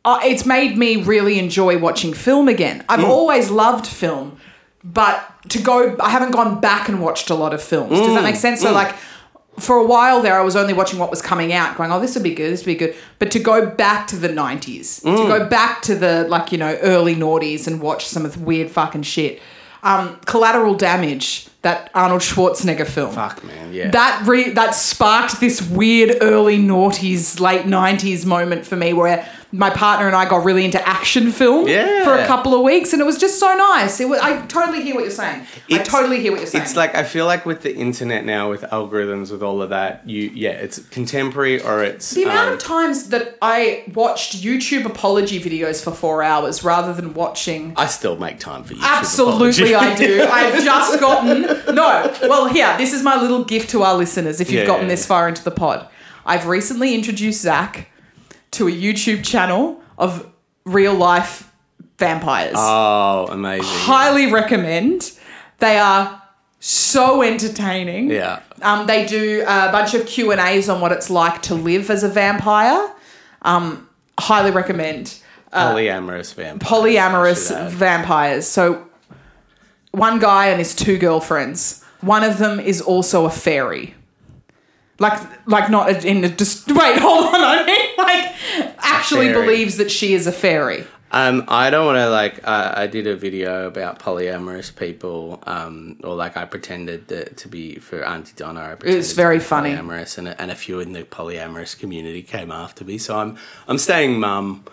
Speaker 1: uh, it's made me really enjoy watching film again.
Speaker 2: Mm.
Speaker 1: I've always loved film, but to go, I haven't gone back and watched a lot of films. Does
Speaker 2: Mm.
Speaker 1: that make sense? So like. For a while there, I was only watching what was coming out, going, "Oh, this would be good, this would be good." But to go back to the '90s,
Speaker 2: Mm.
Speaker 1: to go back to the like you know early noughties and watch some of the weird fucking shit, um, Collateral Damage, that Arnold Schwarzenegger film.
Speaker 2: Fuck, man. Yeah.
Speaker 1: That re- that sparked this weird early noughties, late nineties moment for me where my partner and I got really into action film
Speaker 2: Yeah.
Speaker 1: for a couple of weeks, and it was just so nice. It was, I totally hear what you're saying. I
Speaker 2: It's-
Speaker 1: totally hear what you're saying.
Speaker 2: It's like I feel like with the internet now, with algorithms, with all of that, you yeah, it's contemporary or it's
Speaker 1: the amount
Speaker 2: um,
Speaker 1: of times that I watched YouTube apology videos for four hours rather than watching.
Speaker 2: I still make time for you.
Speaker 1: Absolutely, I do. I've just gotten no. Well, here, this is my little gift to our listeners. If you've
Speaker 2: Yeah,
Speaker 1: gotten
Speaker 2: yeah,
Speaker 1: this
Speaker 2: yeah.
Speaker 1: far into the pod, I've recently introduced Zach to a YouTube channel of real life vampires.
Speaker 2: Oh, amazing.
Speaker 1: Highly recommend. They are so entertaining.
Speaker 2: Yeah.
Speaker 1: Um, they do a bunch of Q and A's on what it's like to live as a vampire. Um, highly recommend
Speaker 2: Polyamorous vampire.
Speaker 1: Uh, polyamorous vampires. So one guy and his two girlfriends. One of them is also a fairy. Like, like not in a just wait. Hold on, I mean, like actually
Speaker 2: fairy.
Speaker 1: believes that she is a fairy.
Speaker 2: Um, I don't want to like. Uh, I did a video about polyamorous people, um, or like I pretended that to be for Auntie Donna. I pretended
Speaker 1: It's very
Speaker 2: to be
Speaker 1: funny.
Speaker 2: Polyamorous, and, and a few in the polyamorous community came after me, so I'm I'm staying mum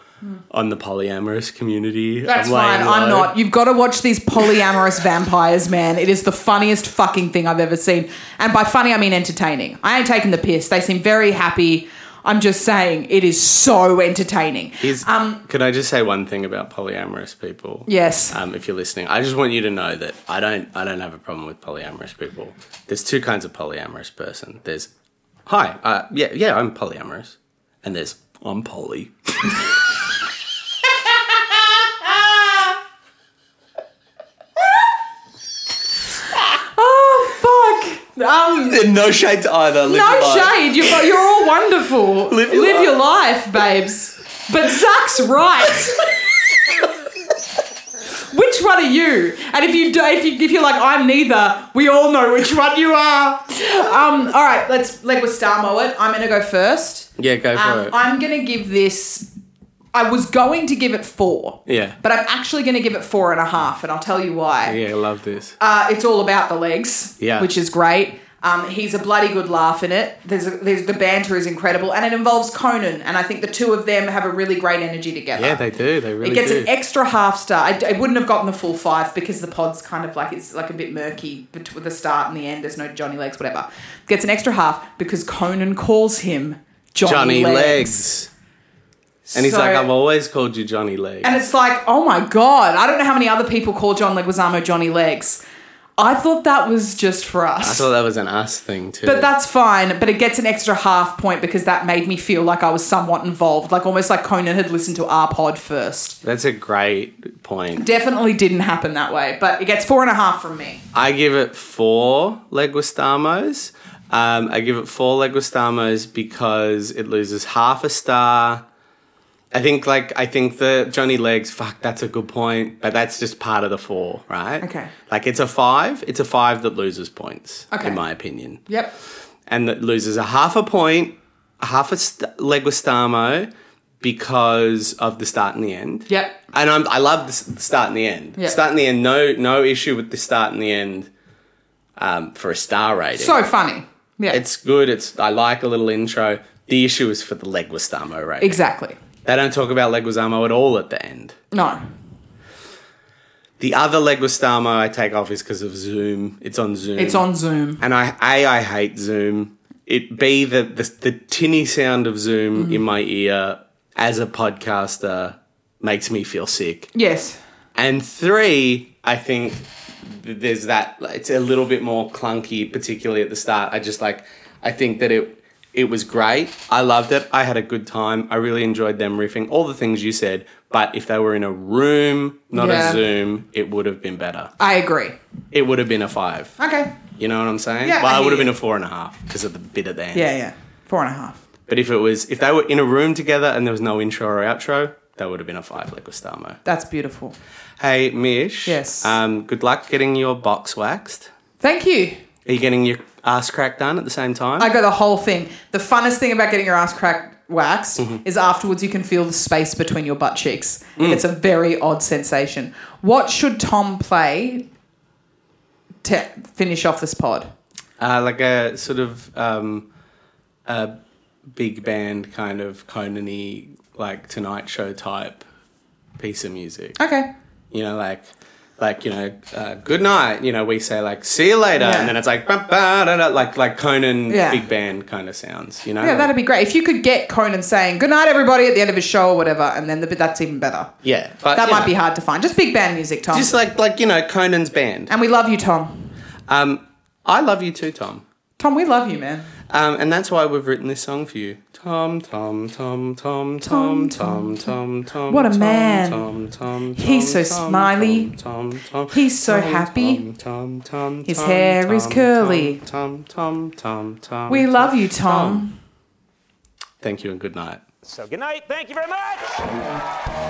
Speaker 2: on the polyamorous community.
Speaker 1: Hmm. That's
Speaker 2: I'm laying
Speaker 1: fine. I'm
Speaker 2: low.
Speaker 1: not. You've got to watch these polyamorous vampires, man. It is the funniest fucking thing I've ever seen. And by funny, I mean entertaining. I ain't taking the piss. They seem very happy. I'm just saying, it is so entertaining.
Speaker 2: Is, can I just say one thing about polyamorous people?
Speaker 1: Um, Yes.
Speaker 2: Um, if you're listening, I just want you to know that I don't I don't have a problem with polyamorous people. There's two kinds of polyamorous person. There's hi, uh, yeah, yeah, I'm polyamorous, and there's I'm poly.
Speaker 1: Oh fuck. Um,
Speaker 2: And no shade to either. live your
Speaker 1: no
Speaker 2: life.
Speaker 1: shade. You're, you're all wonderful.
Speaker 2: Live your life.
Speaker 1: life, babes. But Zach's right. which one are you? And if you do, if you if you're like I'm neither, we all know which one you are. Um. All right. Let's let us star mow it. I'm gonna go first.
Speaker 2: Yeah, go for
Speaker 1: Um,
Speaker 2: it.
Speaker 1: I'm gonna give this. I was going to give it four.
Speaker 2: Yeah.
Speaker 1: But I'm actually gonna give it four and a half, and I'll tell you why.
Speaker 2: yeah, I love this.
Speaker 1: Uh, it's all about the legs,
Speaker 2: Yeah.
Speaker 1: which is great. Um, he's a bloody good laugh in it. There's, a, there's the banter is incredible, and it involves Conan, and I think the two of them have a really great energy together.
Speaker 6: Yeah, they do. They really
Speaker 1: It gets
Speaker 6: do.
Speaker 1: an extra half star. I, I wouldn't have gotten the full five because the pod's kind of like it's like a bit murky bet- with the start and the end. There's no Johnny Legs, whatever. Gets an extra half because Conan calls him Johnny,
Speaker 2: Johnny
Speaker 1: Legs.
Speaker 2: Legs. And he's
Speaker 1: So-
Speaker 2: like, I've always called you Johnny Legs.
Speaker 1: and it's like, oh my god! I don't know how many other people call John Leguizamo Johnny Legs. I thought that was just for
Speaker 2: I
Speaker 1: us.
Speaker 2: thought that was an us thing too.
Speaker 1: But that's fine. But it gets an extra half point because that made me feel like I was somewhat involved, like almost like Conan had listened to our pod first.
Speaker 2: that's a great point.
Speaker 1: Definitely didn't happen that way, but it gets four and a half from me.
Speaker 2: I give it four Leguistamos. Um, I give it four Leguistamos because it loses half a star. I think like I think the Johnny Legs, fuck, that's a good point. But that's just part of the four, right?
Speaker 1: Okay.
Speaker 2: Like it's a five. It's a five that loses points,
Speaker 1: Okay.
Speaker 2: in my opinion.
Speaker 1: Yep.
Speaker 2: and that loses a half a point, a half a st- Leguistamo because of the start and the end.
Speaker 1: Yep.
Speaker 2: And I'm, I love the s- start and the end.
Speaker 1: Yeah.
Speaker 2: Start and the end, no no issue with the start and the end um, for a star rating.
Speaker 1: So funny. Yeah.
Speaker 2: it's good. It's I like a little intro. The issue is for the Leguistamo rating.
Speaker 1: exactly.
Speaker 2: They don't talk about Leguizamo at all at the end.
Speaker 1: No.
Speaker 2: The other Leguistamo I take off is because of Zoom. It's on Zoom.
Speaker 1: It's on Zoom.
Speaker 2: and I a I hate Zoom. It b the the, the tinny sound of Zoom
Speaker 1: Mm-hmm.
Speaker 2: in my ear as a podcaster makes me feel sick.
Speaker 1: Yes.
Speaker 2: And three, I think th- there's that it's a little bit more clunky, particularly at the start. I just like I think that it it was great. I loved it. I had a good time. I really enjoyed them riffing all the things you said. But if they were in a room, not
Speaker 1: Yeah.
Speaker 2: a Zoom, it would have been better.
Speaker 1: I agree.
Speaker 2: It would have been a five.
Speaker 1: Okay.
Speaker 2: You know what I'm saying?
Speaker 1: Yeah, I
Speaker 2: well,
Speaker 1: hear
Speaker 2: it would have
Speaker 1: you.
Speaker 2: been a four and a half because of the bit at the end.
Speaker 1: Yeah, yeah. Four and a half.
Speaker 2: But if it was, if they were in a room together and there was no intro or outro, that would have been a five Leguistamo.
Speaker 1: That's beautiful.
Speaker 2: Hey, Mish.
Speaker 1: Yes.
Speaker 2: Um, good luck getting your box waxed.
Speaker 1: Thank you.
Speaker 2: Are you getting your ass crack done at the same time?
Speaker 1: I got the whole thing. The funnest thing about getting your ass cracked waxed
Speaker 2: Mm-hmm.
Speaker 1: is afterwards you can feel the space between your butt cheeks.
Speaker 2: Mm.
Speaker 1: It's a very odd sensation. What should Tom play to finish off this pod?
Speaker 2: uh, like a sort of um, a big band kind of Conan-y, like Tonight Show type piece of music.
Speaker 1: Okay.
Speaker 2: you know, like, like you know, uh, good night. You know, we say like, see you later,
Speaker 1: Yeah.
Speaker 2: and then it's like, ba, ba, da, da, like, like Conan
Speaker 1: Yeah.
Speaker 2: big band kind of sounds. You know,
Speaker 1: Yeah, that'd be great. If you could get Conan saying good night everybody at the end of his show or whatever, and then the, that's even better.
Speaker 2: yeah, but
Speaker 1: That
Speaker 2: you
Speaker 1: might
Speaker 2: know,
Speaker 1: be hard to find. Just big band music, Tom.
Speaker 2: Just like, like you know, Conan's band.
Speaker 1: and we love you, Tom.
Speaker 2: Um, I love you too, Tom.
Speaker 1: Tom, we love you, man.
Speaker 2: Um, and that's why we've written this song for you, Tom, Tom, Tom, Tom, Tom, Tom, Tom, Tom.
Speaker 1: What a
Speaker 2: Tom,
Speaker 1: man.
Speaker 2: Tom, Tom,
Speaker 1: He's
Speaker 2: Tom,
Speaker 1: so
Speaker 2: Tom,
Speaker 1: smiley.
Speaker 2: Tom, Tom, Tom,
Speaker 1: He's so
Speaker 2: Tom,
Speaker 1: happy.
Speaker 2: Tom, Tom, Tom,
Speaker 1: His
Speaker 2: Tom,
Speaker 1: hair is
Speaker 2: Tom,
Speaker 1: curly.
Speaker 2: Tom, Tom, Tom, Tom.
Speaker 1: We
Speaker 2: Oh, Tom,
Speaker 1: love you, Tom.
Speaker 2: Thank you and good night.
Speaker 3: So good night. Thank you very much.